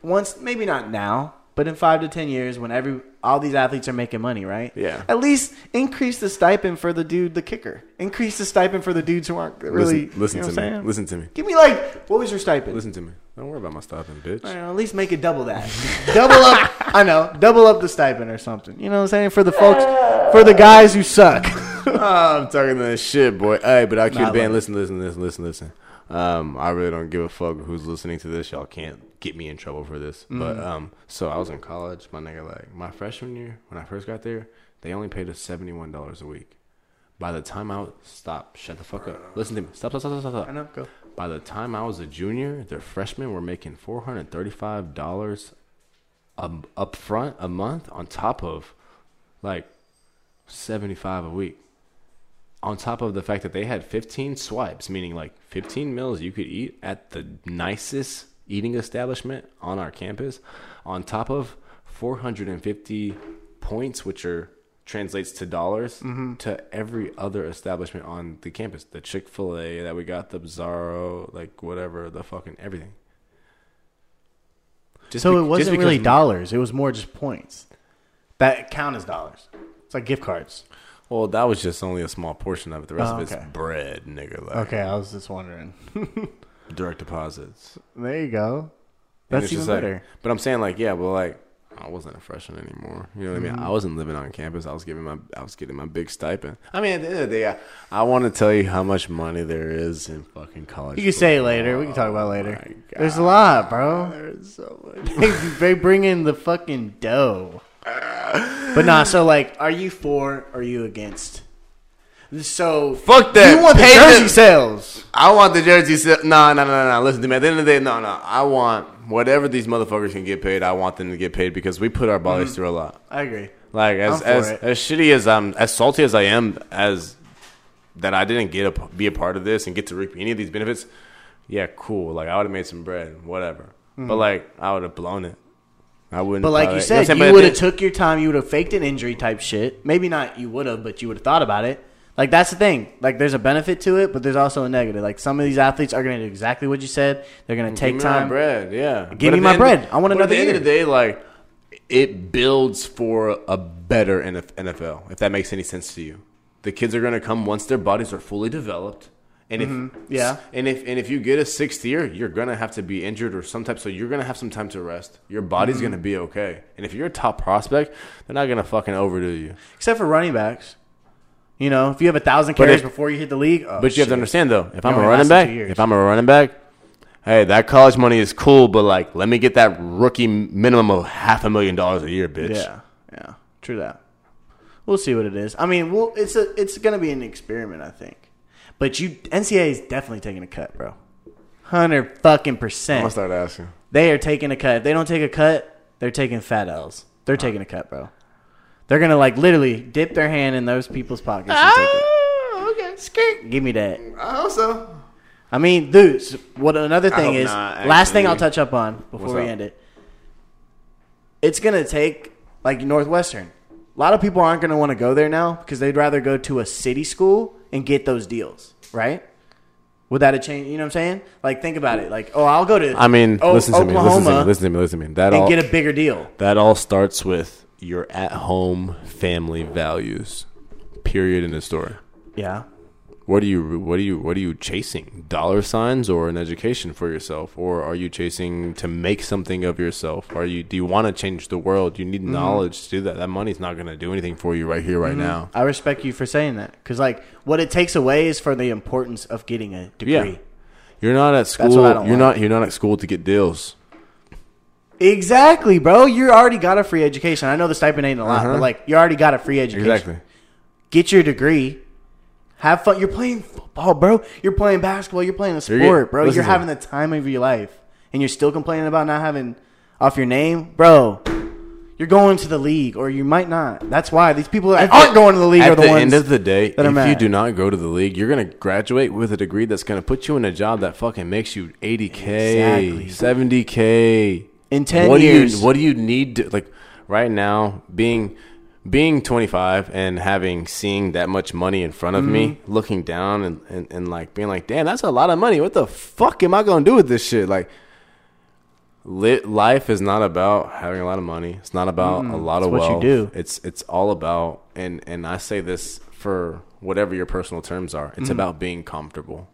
Speaker 1: once maybe not now, but in five to ten years, when every all these athletes are making money, right?
Speaker 2: Yeah.
Speaker 1: At least increase the stipend for the dude, the kicker. Increase the stipend for the dudes who aren't really.
Speaker 2: listen listen
Speaker 1: you know
Speaker 2: to
Speaker 1: what
Speaker 2: me.
Speaker 1: I'm saying?
Speaker 2: Listen to me.
Speaker 1: Give me like, what was your stipend?
Speaker 2: Listen to me. Don't worry about my stopping, bitch.
Speaker 1: I don't know, at least make it double that. double up. I know. Double up the stipend or something. You know what I'm saying? For the folks, for the guys who suck.
Speaker 2: I'm talking that shit, boy. Hey, but I keep
Speaker 1: Nah,
Speaker 2: band. Listen, listen, listen, listen, listen. Um, I really don't give a fuck who's listening to this. Y'all can't get me in trouble for this. But um, so I was in college, my nigga. Like my freshman year, when I first got there, they only paid us seventy one dollars a week. By the time I was, stop, shut the fuck up. Listen to me. Stop, stop, stop, stop, stop.
Speaker 1: I know. Go.
Speaker 2: By the time I was a junior, their freshmen were making four hundred thirty-five dollars um, up front a month on top of like seventy-five a week. On top of the fact that they had fifteen swipes, meaning like fifteen meals you could eat at the nicest eating establishment on our campus, on top of four hundred and fifty points, which are translates to dollars
Speaker 1: Mm-hmm.
Speaker 2: to every other establishment on the campus. The Chick Fil A that we got, the Bizarro, like whatever, the fucking everything. Just
Speaker 1: So
Speaker 2: be-
Speaker 1: it
Speaker 2: just
Speaker 1: wasn't
Speaker 2: because
Speaker 1: really
Speaker 2: my-
Speaker 1: dollars. It was more just points that count as dollars. It's like gift cards.
Speaker 2: Well, that was just only a small portion of it. The rest
Speaker 1: Oh,
Speaker 2: of it's
Speaker 1: okay.
Speaker 2: bread, nigga. Like
Speaker 1: Okay, I was just wondering.
Speaker 2: direct deposits.
Speaker 1: There you go.
Speaker 2: And
Speaker 1: That's
Speaker 2: it's
Speaker 1: even
Speaker 2: just like-
Speaker 1: better.
Speaker 2: But I'm saying like, yeah, well, like I wasn't a freshman anymore. You know what
Speaker 1: Mm-hmm.
Speaker 2: I mean? I wasn't living on campus. I was giving my, I was getting my big stipend. I mean, at the end of the day, I, I want to tell you how much money there is in fucking college.
Speaker 1: You can say it later. We can talk about it later. There's a lot, bro.
Speaker 2: Oh There's so much.
Speaker 1: they bring in the fucking dough. But nah, so like, are you for? Or are you against? So
Speaker 2: Fuck that.
Speaker 1: You want the
Speaker 2: Pay
Speaker 1: jersey
Speaker 2: the-
Speaker 1: sales?
Speaker 2: I want the jersey. Se- no, no, no, no. Listen to me. At the end of the day, no, no. I want whatever these motherfuckers can get paid. I want them to get paid because we put our bodies
Speaker 1: Mm-hmm.
Speaker 2: through a lot.
Speaker 1: I agree.
Speaker 2: Like as
Speaker 1: for
Speaker 2: as,
Speaker 1: it.
Speaker 2: as shitty as I'm, as salty as I am, as that I didn't get a be a part of this and get to reap any of these benefits. Yeah, cool. Like I would have made some bread, whatever.
Speaker 1: Mm.
Speaker 2: But like I would have blown it. I wouldn't.
Speaker 1: But like
Speaker 2: probably-
Speaker 1: you
Speaker 2: know
Speaker 1: said,
Speaker 2: what I'm saying?
Speaker 1: you,
Speaker 2: But at
Speaker 1: would
Speaker 2: the-
Speaker 1: have took your time. You would have faked an injury type shit. Maybe not. You would have, but you would have thought about it. Like that's the thing. Like there's a benefit to it, but there's also a negative. Like some of these athletes are going to do exactly what you said. They're going to
Speaker 2: Give
Speaker 1: take
Speaker 2: me
Speaker 1: time.
Speaker 2: my bread. Yeah, But
Speaker 1: me
Speaker 2: at the
Speaker 1: my
Speaker 2: end-
Speaker 1: bread. I want
Speaker 2: but
Speaker 1: another
Speaker 2: At the end of
Speaker 1: year.
Speaker 2: the day, like it builds for a better NF- NFL. If that makes any sense to you, the kids are going to come once their bodies are fully developed. And if
Speaker 1: Mm-hmm. Yeah.
Speaker 2: and if and if you get a sixth year, you're gonna have to be injured or some type. So you're gonna have some time to rest. Your body's
Speaker 1: Mm-hmm.
Speaker 2: gonna be okay. And if you're a top prospect, they're not gonna fucking overdo you.
Speaker 1: Except for running backs. You know, if you have a thousand
Speaker 2: But
Speaker 1: carries
Speaker 2: if-
Speaker 1: before you hit the league, oh,
Speaker 2: But you have
Speaker 1: shit.
Speaker 2: to understand though, if I'm a
Speaker 1: only
Speaker 2: running
Speaker 1: lasted
Speaker 2: back,
Speaker 1: two years.
Speaker 2: if I'm a running back, hey, that college money is cool, but like, let me get that rookie minimum of half a million dollars a year, bitch.
Speaker 1: Yeah, yeah, true that. We'll see what it is. I mean, we'll, it's a it's gonna be an experiment, I think. But you NCAA is definitely taking a cut, bro. Hundred fucking percent.
Speaker 2: start asking.
Speaker 1: They are taking a cut. If they don't take a cut, they're taking fat L's. They're taking a cut, bro. They're gonna like literally dip their hand in those people's pockets. And take it.
Speaker 2: Oh, okay. Skirt.
Speaker 1: Give me that.
Speaker 2: I hope so.
Speaker 1: I mean, dudes. What another thing
Speaker 2: hope
Speaker 1: is?
Speaker 2: not,
Speaker 1: last thing I'll
Speaker 2: actually.
Speaker 1: touch up on before
Speaker 2: What's
Speaker 1: we
Speaker 2: up?
Speaker 1: end it. It's gonna take like Northwestern. A lot of people aren't gonna want to go there now because they'd rather go to a city school and get those deals, right? Would that have changed? You know what I'm saying? Like, think about it. Like, oh, I'll go to.
Speaker 2: I mean,
Speaker 1: O-
Speaker 2: listen to me. Listen to me.
Speaker 1: Oklahoma
Speaker 2: Listen to me. Listen to me. That
Speaker 1: and
Speaker 2: all
Speaker 1: get a bigger deal.
Speaker 2: that all starts with your at home family values. Period in the story.
Speaker 1: Yeah.
Speaker 2: What are you what are you what are you chasing? Dollar signs or an education for yourself? Or are you chasing to make something of yourself? Are you do you want to change the world? You
Speaker 1: Mm-hmm.
Speaker 2: need knowledge to do that. That money's not going to do anything for you right here right now.
Speaker 1: I respect you for saying that because, like, what it takes away is for the importance of getting a degree.
Speaker 2: Yeah. You're not at
Speaker 1: what I
Speaker 2: school. You're
Speaker 1: don't want.
Speaker 2: not you're not at school to get deals.
Speaker 1: Exactly, bro. You already got a free education. I know the stipend ain't a lot,
Speaker 2: Uh-huh.
Speaker 1: but like you already got a free education.
Speaker 2: Exactly.
Speaker 1: Get your degree. Have fun. You're playing football, bro. You're playing basketball. You're playing a sport,
Speaker 2: get-
Speaker 1: bro.
Speaker 2: listen
Speaker 1: You're
Speaker 2: to me.
Speaker 1: having the time of your life, and you're still complaining about not having off your name, bro. You're going to the league, or you might not. That's why these people that
Speaker 2: At
Speaker 1: aren't
Speaker 2: the-
Speaker 1: going to the league
Speaker 2: At
Speaker 1: are the,
Speaker 2: the
Speaker 1: ones.
Speaker 2: end of the day, if
Speaker 1: that are
Speaker 2: you
Speaker 1: mad.
Speaker 2: do not go to the league, you're going to graduate with a degree that's going to put you in a job that fucking makes you 80k,
Speaker 1: Exactly.
Speaker 2: 70k.
Speaker 1: In 10
Speaker 2: what Do
Speaker 1: years.
Speaker 2: you, what do you need to like right now being being 25 and having seeing that much money in front of me,
Speaker 1: Mm-hmm.
Speaker 2: looking down and, and and like being like, "Damn, that's a lot of money. What the fuck am I going to do with this shit?" Like Li- life is not about having a lot of money. It's not about a lot of
Speaker 1: it's what you
Speaker 2: wealth.
Speaker 1: do.
Speaker 2: It's it's all about and and I say this for whatever your personal terms are.
Speaker 1: Mm-hmm.
Speaker 2: It's about being comfortable.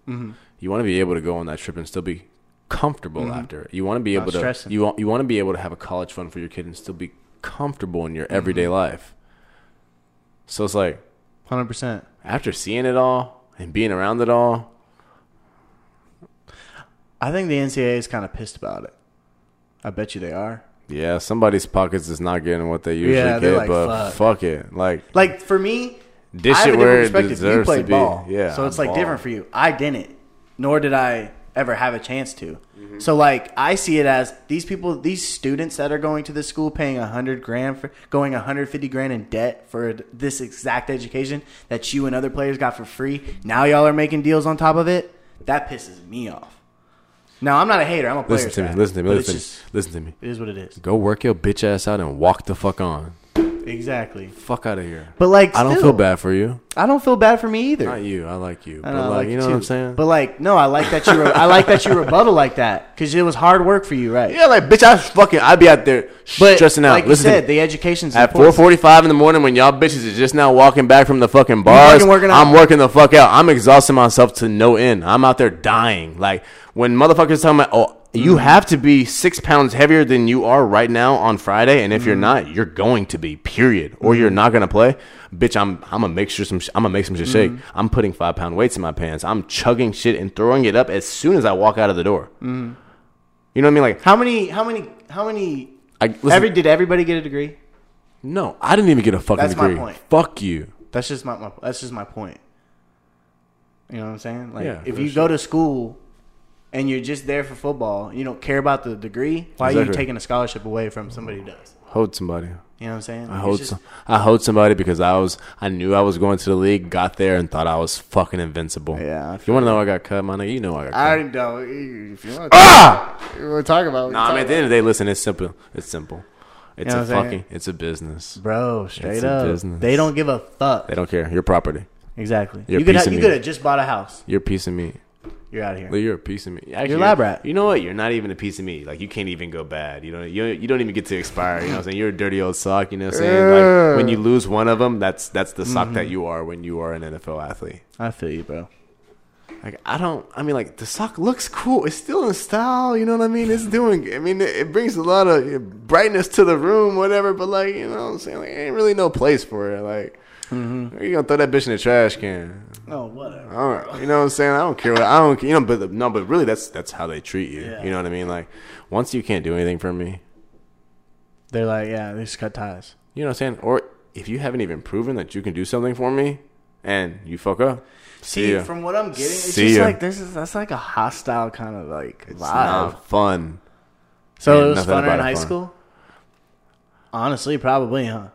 Speaker 2: You want to be able to go on that trip and still be comfortable after. You want to be able to
Speaker 1: Mm-hmm. stressing.
Speaker 2: you want you want to be able to have a college fund for your kid and still be comfortable in
Speaker 1: Mm-hmm.
Speaker 2: your everyday life. So it's like
Speaker 1: Hundred percent.
Speaker 2: after seeing it all and being around it all,
Speaker 1: I think the NCAA is kind of pissed about it. I bet you they are.
Speaker 2: yeah, somebody's pockets is not getting what they usually
Speaker 1: Yeah, they're
Speaker 2: get,
Speaker 1: like,
Speaker 2: but
Speaker 1: "Fuck."
Speaker 2: fuck it. Like
Speaker 1: Like for me,
Speaker 2: Dish
Speaker 1: I have a
Speaker 2: it
Speaker 1: different
Speaker 2: where it
Speaker 1: perspective. you
Speaker 2: deserves
Speaker 1: played
Speaker 2: to be.
Speaker 1: ball,
Speaker 2: Yeah,
Speaker 1: So it's
Speaker 2: I'm
Speaker 1: like different
Speaker 2: ball.
Speaker 1: for you. I didn't, nor did I ever have a chance to.
Speaker 2: Mm-hmm.
Speaker 1: So like I see it as these people, these students that are going to this school, paying a hundred grand for going a hundred fifty grand in debt for this exact education that you and other players got for free. Now y'all are making deals on top of it. That pisses me off. Now I'm not a hater. I'm a player.
Speaker 2: Listen to me. Listen to me. Listen,
Speaker 1: It's just,
Speaker 2: to me. listen to me.
Speaker 1: it is what it is.
Speaker 2: Go work your bitch ass out and walk the fuck on.
Speaker 1: Exactly.
Speaker 2: Fuck out of here.
Speaker 1: But like,
Speaker 2: I don't
Speaker 1: still,
Speaker 2: feel bad for you.
Speaker 1: I don't feel bad for me either.
Speaker 2: Not you. I like you. But
Speaker 1: I know,
Speaker 2: like, you know
Speaker 1: too.
Speaker 2: what I'm saying?
Speaker 1: But like, no, I like that you. Re- I like that you rebuttal like that because it was hard work for you, right?
Speaker 2: yeah, like bitch, I was fucking. I'd be out there
Speaker 1: But
Speaker 2: stressing out.
Speaker 1: Like
Speaker 2: listen
Speaker 1: you said,
Speaker 2: to me.
Speaker 1: the education's
Speaker 2: At
Speaker 1: important.
Speaker 2: 4:45 in the morning, when y'all bitches is just now walking back from the fucking bars,
Speaker 1: fucking working out.
Speaker 2: I'm working the fuck out. I'm exhausting myself to no end. I'm out there dying. Like when motherfuckers tell me, "Oh, you
Speaker 1: Mm.
Speaker 2: have to be six pounds heavier than you are right now on Friday, and if
Speaker 1: Mm.
Speaker 2: you're not, you're going to be. Period. Or you're not gonna play, bitch. I'm I'm gonna make sure some. sh- I'm gonna make some shit
Speaker 1: Mm.
Speaker 2: shake. I'm putting five pound weights in my pants. I'm chugging shit and throwing it up as soon as I walk out of the door.
Speaker 1: Mm.
Speaker 2: You know what I mean? Like
Speaker 1: How many? How many? How many?
Speaker 2: I listen,
Speaker 1: every did everybody get a degree?
Speaker 2: no, I didn't even get a fucking
Speaker 1: That's my
Speaker 2: degree.
Speaker 1: point.
Speaker 2: Fuck you.
Speaker 1: That's just my, my. That's just my point. You know what I'm saying? Like,
Speaker 2: Yeah,
Speaker 1: if
Speaker 2: for
Speaker 1: you go to school and you're just there for football, you don't care about the degree. Why are you
Speaker 2: Exactly.
Speaker 1: taking a scholarship away from somebody who does?
Speaker 2: Hold somebody.
Speaker 1: You know what I'm saying?
Speaker 2: I hold some, I hold somebody because I was I knew I was going to the league, got there and thought I was fucking invincible.
Speaker 1: Yeah, I
Speaker 2: You wanna know how I got cut, my nigga? You know I got cut.
Speaker 1: I already know. If you want to talk,
Speaker 2: Ah!
Speaker 1: about,
Speaker 2: nah, I mean, at the end of the day, listen, it's simple. It's simple. It's
Speaker 1: know
Speaker 2: a
Speaker 1: what I'm saying?
Speaker 2: fucking it's a business.
Speaker 1: bro, straight
Speaker 2: It's a
Speaker 1: up,
Speaker 2: business.
Speaker 1: they don't give a fuck.
Speaker 2: They don't care. You're property.
Speaker 1: Exactly.
Speaker 2: You're
Speaker 1: you
Speaker 2: a
Speaker 1: could
Speaker 2: piece
Speaker 1: have,
Speaker 2: of
Speaker 1: you
Speaker 2: meat.
Speaker 1: could have just bought a house.
Speaker 2: You're a piece of meat.
Speaker 1: You're out of here.
Speaker 2: Like, You're a piece of meat. Actually,
Speaker 1: a lab rat.
Speaker 2: You know what? You're not even a piece of meat. Like you can't even go bad. You know you, you don't even get to expire. You know what I'm saying? You're a dirty old sock. You know what I'm saying? Like when you lose one of them, that's that's the sock
Speaker 1: Mm-hmm.
Speaker 2: that you are when you are an NFL athlete.
Speaker 1: I feel you, bro.
Speaker 2: Like I don't. I mean, like the sock looks cool. It's still in style. You know what I mean? It's doing. I mean, it, it brings a lot of brightness to the room, whatever. But like, you know, what I'm saying, like, ain't really no place for it. Like,
Speaker 1: Mm-hmm.
Speaker 2: you gonna throw that bitch in the trash can?
Speaker 1: Oh, whatever.
Speaker 2: I don't, you know what I'm saying? I don't care what I don't. You know, but no, but really, that's that's how they treat you.
Speaker 1: Yeah.
Speaker 2: You know what I mean? Like, once you can't do anything for me,
Speaker 1: They're like, yeah, they just cut ties.
Speaker 2: you know what I'm saying? Or if you haven't even proven that you can do something for me, and you fuck up,
Speaker 1: See,
Speaker 2: see ya.
Speaker 1: from what I'm getting, it's
Speaker 2: See
Speaker 1: just
Speaker 2: ya.
Speaker 1: like this is that's like a hostile kind of like
Speaker 2: it's
Speaker 1: vibe.
Speaker 2: not fun.
Speaker 1: so
Speaker 2: yeah,
Speaker 1: it was
Speaker 2: nothing
Speaker 1: funner
Speaker 2: about
Speaker 1: in
Speaker 2: it
Speaker 1: high
Speaker 2: fun.
Speaker 1: school. Honestly, probably, huh?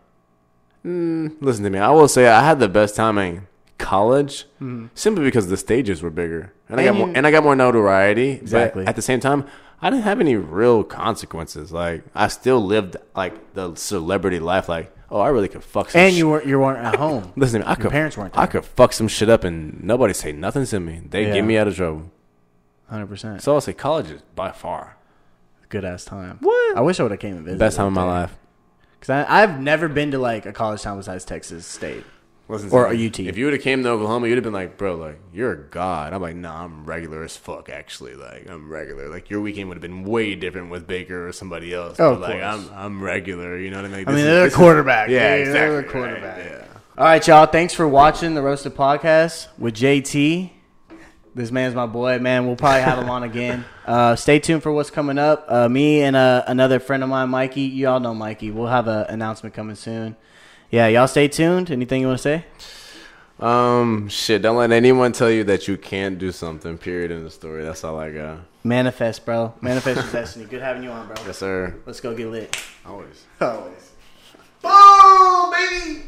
Speaker 2: Listen to me. I will say I had the best time in college simply because the stages were bigger, and,
Speaker 1: Hmm. And
Speaker 2: I got more
Speaker 1: you-
Speaker 2: and I got more notoriety.
Speaker 1: Exactly.
Speaker 2: But at the same time, I didn't have any real consequences. Like I still lived like the celebrity life. Like oh, I really could fuck. Some
Speaker 1: And
Speaker 2: sh-
Speaker 1: you weren't you weren't at home.
Speaker 2: listen to me. I could
Speaker 1: parents weren't
Speaker 2: I
Speaker 1: there.
Speaker 2: could fuck some shit up and nobody say nothing to me. They
Speaker 1: Yeah.
Speaker 2: get me out of trouble.
Speaker 1: Hundred percent.
Speaker 2: So I'll say college is by far
Speaker 1: Good ass time. What? I wish I would have came and
Speaker 2: the
Speaker 1: visited.
Speaker 2: best time of my life.
Speaker 1: Because I've never been to like a college town besides Texas State.
Speaker 2: Listen
Speaker 1: Or
Speaker 2: me.
Speaker 1: a UT.
Speaker 2: If you would have came to Oklahoma, you'd have been like, bro, like you're a god. I'm like, nah, I'm regular as fuck. Actually, like I'm regular. Like your weekend would have been way different with Baker or somebody else.
Speaker 1: Oh,
Speaker 2: But, like
Speaker 1: of course.
Speaker 2: I'm I'm regular. You know what I mean?
Speaker 1: I mean, they're a quarterback.
Speaker 2: yeah,
Speaker 1: They-
Speaker 2: exactly.
Speaker 1: They're a
Speaker 2: right,
Speaker 1: quarterback.
Speaker 2: yeah.
Speaker 1: All right, y'all. Thanks for watching the Roasted Podcast with JT. This man's my boy, man. We'll probably have him on again. Uh, stay tuned for what's coming up. Uh, me and uh, another friend of mine, Mikey. You all know Mikey. We'll have an announcement coming soon. Yeah, y'all stay tuned. Anything you want to say?
Speaker 2: Um, shit. Don't let anyone tell you that you can't do something. Period. In the story. That's all I got.
Speaker 1: Manifest, bro. Manifest your destiny. Good having you on, bro.
Speaker 2: Yes, sir.
Speaker 1: Let's go get lit.
Speaker 2: Always.
Speaker 1: Always.
Speaker 2: Boom, baby.